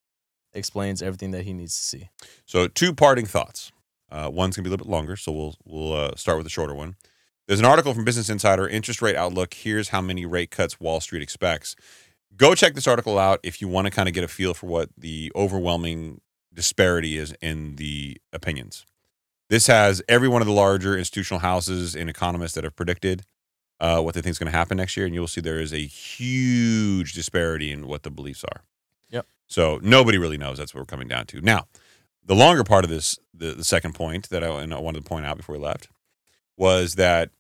B: explains everything that he needs to see.
A: So two parting thoughts. Uh, one's gonna be a little bit longer, so we'll we'll uh, start with the shorter one. There's an article from Business Insider, interest rate outlook. Here's how many rate cuts Wall Street expects. Go check this article out if you want to kind of get a feel for what the overwhelming disparity is in the opinions. This has every one of the larger institutional houses and economists that have predicted uh, what they think is going to happen next year, and you'll see there is a huge disparity in what the beliefs are.
B: Yep.
A: So nobody really knows. That's what we're coming down to now the longer part of this, the, the second point that I, and I wanted to point out before we left was that,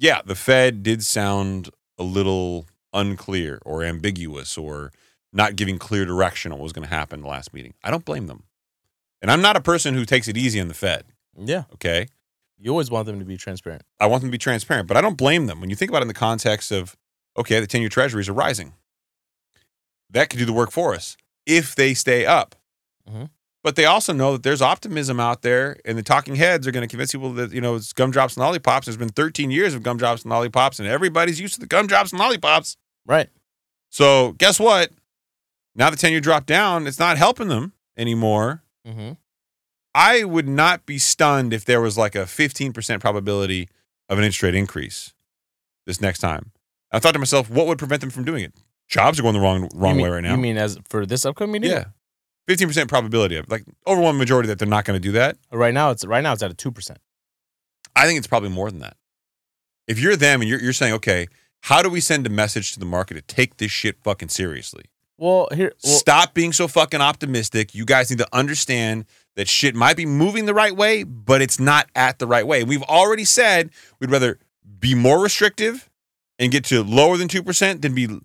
A: yeah, the Fed did sound a little unclear or ambiguous or not giving clear direction on what was going to happen in the last meeting. I don't blame them. And I'm not a person who takes it easy on the Fed,
B: Yeah,
A: okay?
B: you always want them to be transparent.
A: I want them to be transparent, but I don't blame them. When you think about it in the context of, okay, the 10 year treasuries are rising, that could do the work for us if they stay up.
B: Mhm.
A: But they also know that there's optimism out there, and the talking heads are going to convince people that, you know, it's gumdrops and lollipops. There's been 13 years of gumdrops and lollipops, and everybody's used to the gumdrops and lollipops.
B: Right.
A: So guess what? Now the 10 year dropped down, it's not helping them anymore.
B: Mm-hmm.
A: I would not be stunned if there was like a 15% probability of an interest rate increase this next time. I thought to myself, what would prevent them from doing it? Jobs are going the wrong wrong way right now.
B: You mean as for this upcoming meeting?
A: yeah. 15% probability of like overwhelming majority that they're not going to do that.
B: Right now it's right now it's at a two percent.
A: I think it's probably more than that. If you're them and you're, you're saying, okay, how do we send a message to the market to take this shit fucking seriously?
B: Well, here. Well,
A: Stop being so fucking optimistic. You guys need to understand that shit might be moving the right way, but it's not at the right way. We've already said we'd rather be more restrictive and get to lower than 2% than be le-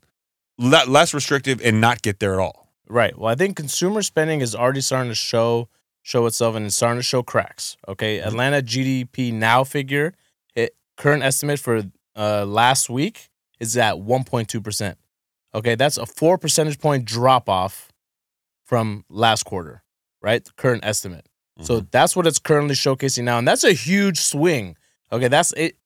A: less restrictive and not get there at all.
B: Right. Well, I think consumer spending is already starting to show show itself and it's starting to show cracks. Okay, Atlanta GDP now figure it, current estimate for uh, last week is at 1.2 percent. Okay, that's a four percentage point drop off from last quarter, right? The current estimate.
A: Mm-hmm.
B: So that's what it's currently showcasing now, and that's a huge swing. Okay, that's it.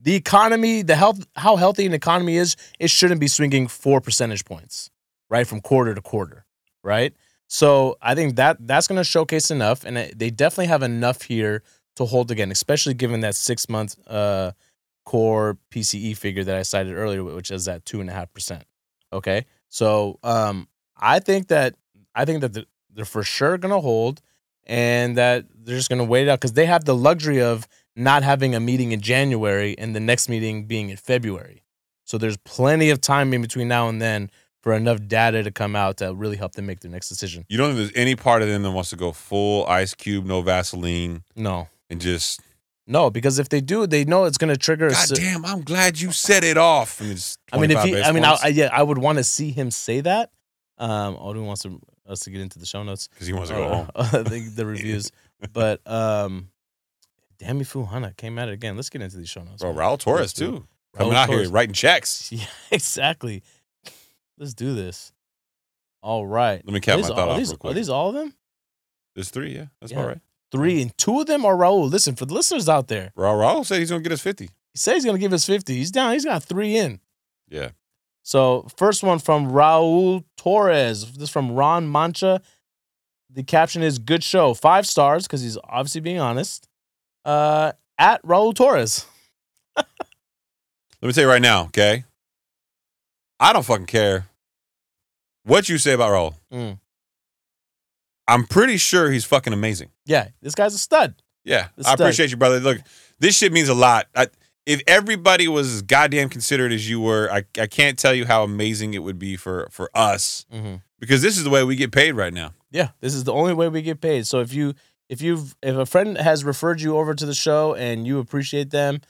B: The economy, the health, how healthy an economy is, it shouldn't be swinging four percentage points, right, from quarter to quarter, right. So I think that that's going to showcase enough, and it- they definitely have enough here to hold again, especially given that six month uh, core PCE figure that I cited earlier, which is at two and a half percent. Okay, so um, I think that I think that the- they're for sure going to hold and that they're just going to wait it out because they have the luxury of not having a meeting in January and the next meeting being in February. So there's plenty of time in between now and then for enough data to come out to really help them make their next decision.
A: You don't think there's any part of them that wants to go full ice cube, no Vaseline,
B: No,
A: and just
B: no, because if they do, they know it's going to trigger. a
A: God
B: s-
A: damn, I'm glad you set it off. And it's
B: I mean, if
A: 25
B: he,
A: base
B: I mean, I,
A: points.
B: I, yeah, I would want to see him say that. Um, Odin wants to, us to get into the show notes.
A: 'Cause he wants to go
B: Uh,
A: home.
B: the, the reviews, but um, Damn you, Fuhana came at it again. Let's get into these show notes.
A: Bro,
B: man.
A: Raul Torres
B: Let's do it.
A: too. Coming
B: uh, Raul
A: out
B: Torres.
A: here writing checks.
B: Yeah, exactly. Let's do this. All right.
A: Let me cap
B: Are
A: my
B: these all-
A: thought
B: are
A: off
B: these,
A: real
B: Are
A: quick.
B: these all of them?
A: There's three, yeah. That's
B: Yeah.
A: all right.
B: Three and two of them are Raul. Listen, for the listeners out there,
A: Raul, Raul said he's gonna get us fifty.
B: he said he's gonna give us 50. He's down, he's got three in.
A: Yeah.
B: So first one from Raul Torres. This is from Ron Mancha. The caption is good show. Five stars, because he's obviously being honest. Uh at Raul Torres.
A: Let me tell you right now, okay? I don't fucking care what you say about Raul.
B: Mm.
A: I'm pretty sure he's fucking amazing.
B: Yeah, this guy's a stud.
A: Yeah,
B: It's
A: I
B: done.
A: appreciate you, brother. Look, this shit means a lot. I, if everybody was as goddamn considerate as you were, I, I can't tell you how amazing it would be for for us
B: Mm-hmm.
A: because this is the way we get paid right now.
B: Yeah, this is the only way we get paid. So if you if you've if a friend has referred you over to the show and you appreciate them,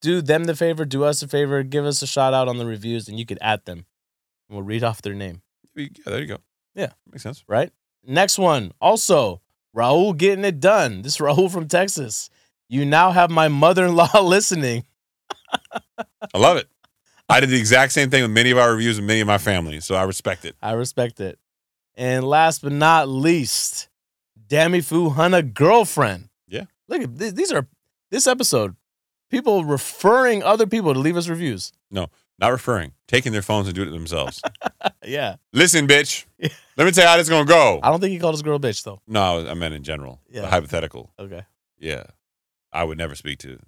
B: do them the favor, do us a favor, give us a shout out on the reviews, and you could at them. We'll read off their name.
A: Yeah, there you go.
B: Yeah.
A: makes sense.
B: Right. Next one. Also, Raul getting it done. This is Raul from Texas. You now have my mother in law listening.
A: I love it. I did the exact same thing with many of our reviews and many of my family, so I respect it.
B: I respect it. And last but not least, Dammy Fu Hunter girlfriend.
A: Yeah.
B: Look at th- these are this episode. People referring other people to leave us reviews.
A: Not referring, taking their phones and doing it themselves.
B: Yeah.
A: Listen, bitch.
B: Yeah.
A: Let me tell you how this gonna go.
B: I don't think he called his girl a bitch though.
A: No, I was- I meant in general. The
B: Yeah.
A: hypothetical.
B: Okay.
A: Yeah, I would never speak to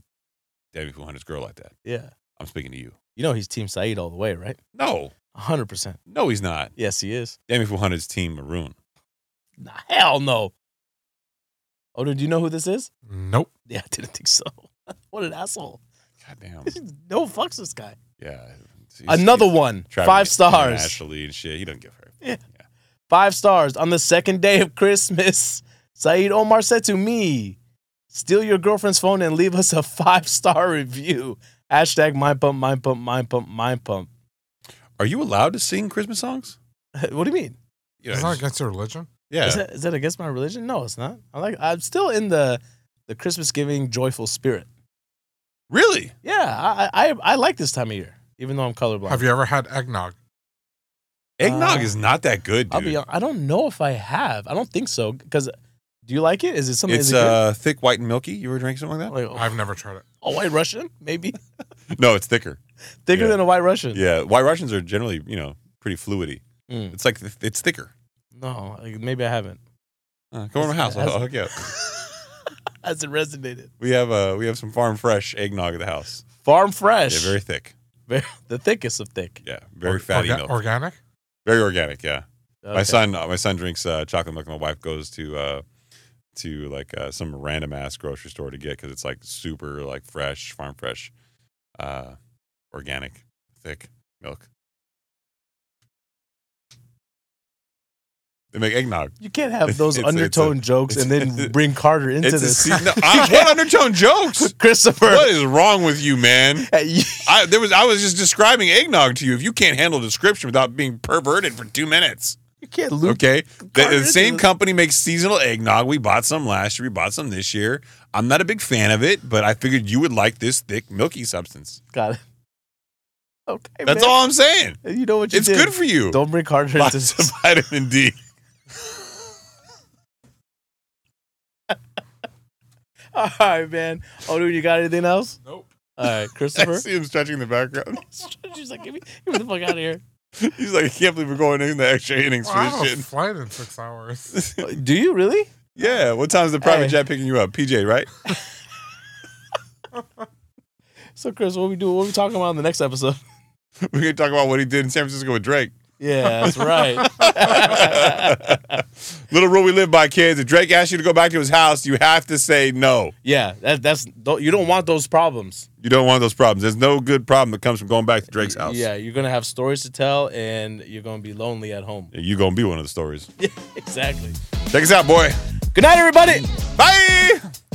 A: Debbie 400's girl like that.
B: Yeah.
A: I'm speaking to you.
B: You know he's Team Saeed all the way, right?
A: No,
B: 100%.
A: no, he's not.
B: Yes, he is.
A: Damn if 100's team maroon.
B: Nah, hell no. Oh, do you know who this is?
C: Nope.
B: Yeah, I didn't think so. what an asshole.
A: God damn.
B: no fucks this guy.
A: Yeah. He's-
B: Another
A: he's
B: one.
A: traveling
B: Five stars.
A: Internationally and shit. He doesn't give her.
B: Yeah. Five stars on the second day of Christmas. Saeed Omar said to me, steal your girlfriend's phone and leave us a five star review. Hashtag mind pump, mind pump, mind pump, mind pump.
A: Are you allowed to sing Christmas songs?
B: What do you mean?
A: Yeah.
C: it's not
A: just-
C: against your religion.
A: yeah.
B: Is, that, is that against my religion? No, it's not. I like I'm still in the the Christmas giving joyful spirit.
A: really?
B: Yeah, I, I I- I like this time of year, even though I'm colorblind.
C: Have you ever had eggnog?
A: Eggnog
B: Uh,
A: is not that good, dude.
B: I'll be hon- I don't know if I have. I don't think so. Because do you like it? Is it something?
A: it's
B: is it good?
A: uh, thick, white, and milky. You were drinking something like
B: like,
C: I've never tried it.
B: a white Russian, maybe
A: that? No, it's thicker.
B: thicker
A: Yeah.
B: than a white Russian.
A: Yeah. White Russians are generally, you know, pretty fluidy.
B: Mm.
A: It's like, th- it's thicker.
B: No, like, maybe I haven't.
A: Uh, come over to my house. I'll, I'll hook you up.
B: As it resonated.
A: We have uh, we have some farm fresh eggnog at the house.
B: Farm fresh.
A: Yeah, very thick.
B: the thickest of thick.
A: Yeah, very
C: Or-
A: fatty
C: orga-
A: milk.
C: Organic?
A: very organic. Yeah, my
B: Okay.
A: son uh, my son drinks uh, chocolate milk. and My wife goes to uh, to like uh, some random ass grocery store to get because it's like super like fresh, farm fresh, uh, organic, thick milk. They make eggnog.
B: You can't have those
A: It's a- it's
B: undertone jokes and then
A: it's-
B: bring Carter into
A: It's a
B: this.
A: se- no, I- what undertone jokes?
B: Christopher.
A: What is wrong with you, man?
B: Hey, you-
A: I there was I was just describing eggnog to you. If you can't handle description without being perverted for two minutes,
B: You can't loop.
A: Okay. The,
B: Carter
A: the same
B: into-
A: company makes seasonal eggnog. We bought some last year. We bought some this year. I'm not a big fan of it, but I figured you would like this thick, milky substance.
B: Got it. Okay.
A: That's
B: man.
A: all I'm saying.
B: You know what you
A: It's
B: did.
A: good for you.
B: Don't bring Carter into
A: Lots
B: this.
A: of vitamin D.
B: All right, man. Oh, dude, you got anything else?
C: Nope.
B: All right,
A: I
B: Christopher.
A: see him stretching in the background.
B: She's like, give me, give me the fuck out of here.
A: He's like, I can't believe we're going in the extra innings
C: Well,
A: for
C: I
A: this
C: have a
A: shit.
C: flight in six hours.
B: Uh, Do you really?
A: Yeah. What time's the private
B: Hey.
A: jet picking you up? PJ, right?
B: So, Chris, what we do? What we talking about in the next episode?
A: We're gonna talk about what he did in San Francisco with Drake.
B: Yeah, that's right.
A: Little rule we live by, kids. If Drake asks you to go back to his house, you have to say no.
B: yeah, that, that's don't, you don't want those problems.
A: You don't want those problems. There's no good problem that comes from going back to Drake's house.
B: Yeah, you're gonna have stories to tell, and you're gonna be lonely at home.
A: You're gonna be one of the stories.
B: exactly.
A: Check us out, boy.
B: Good night, everybody.
A: Bye.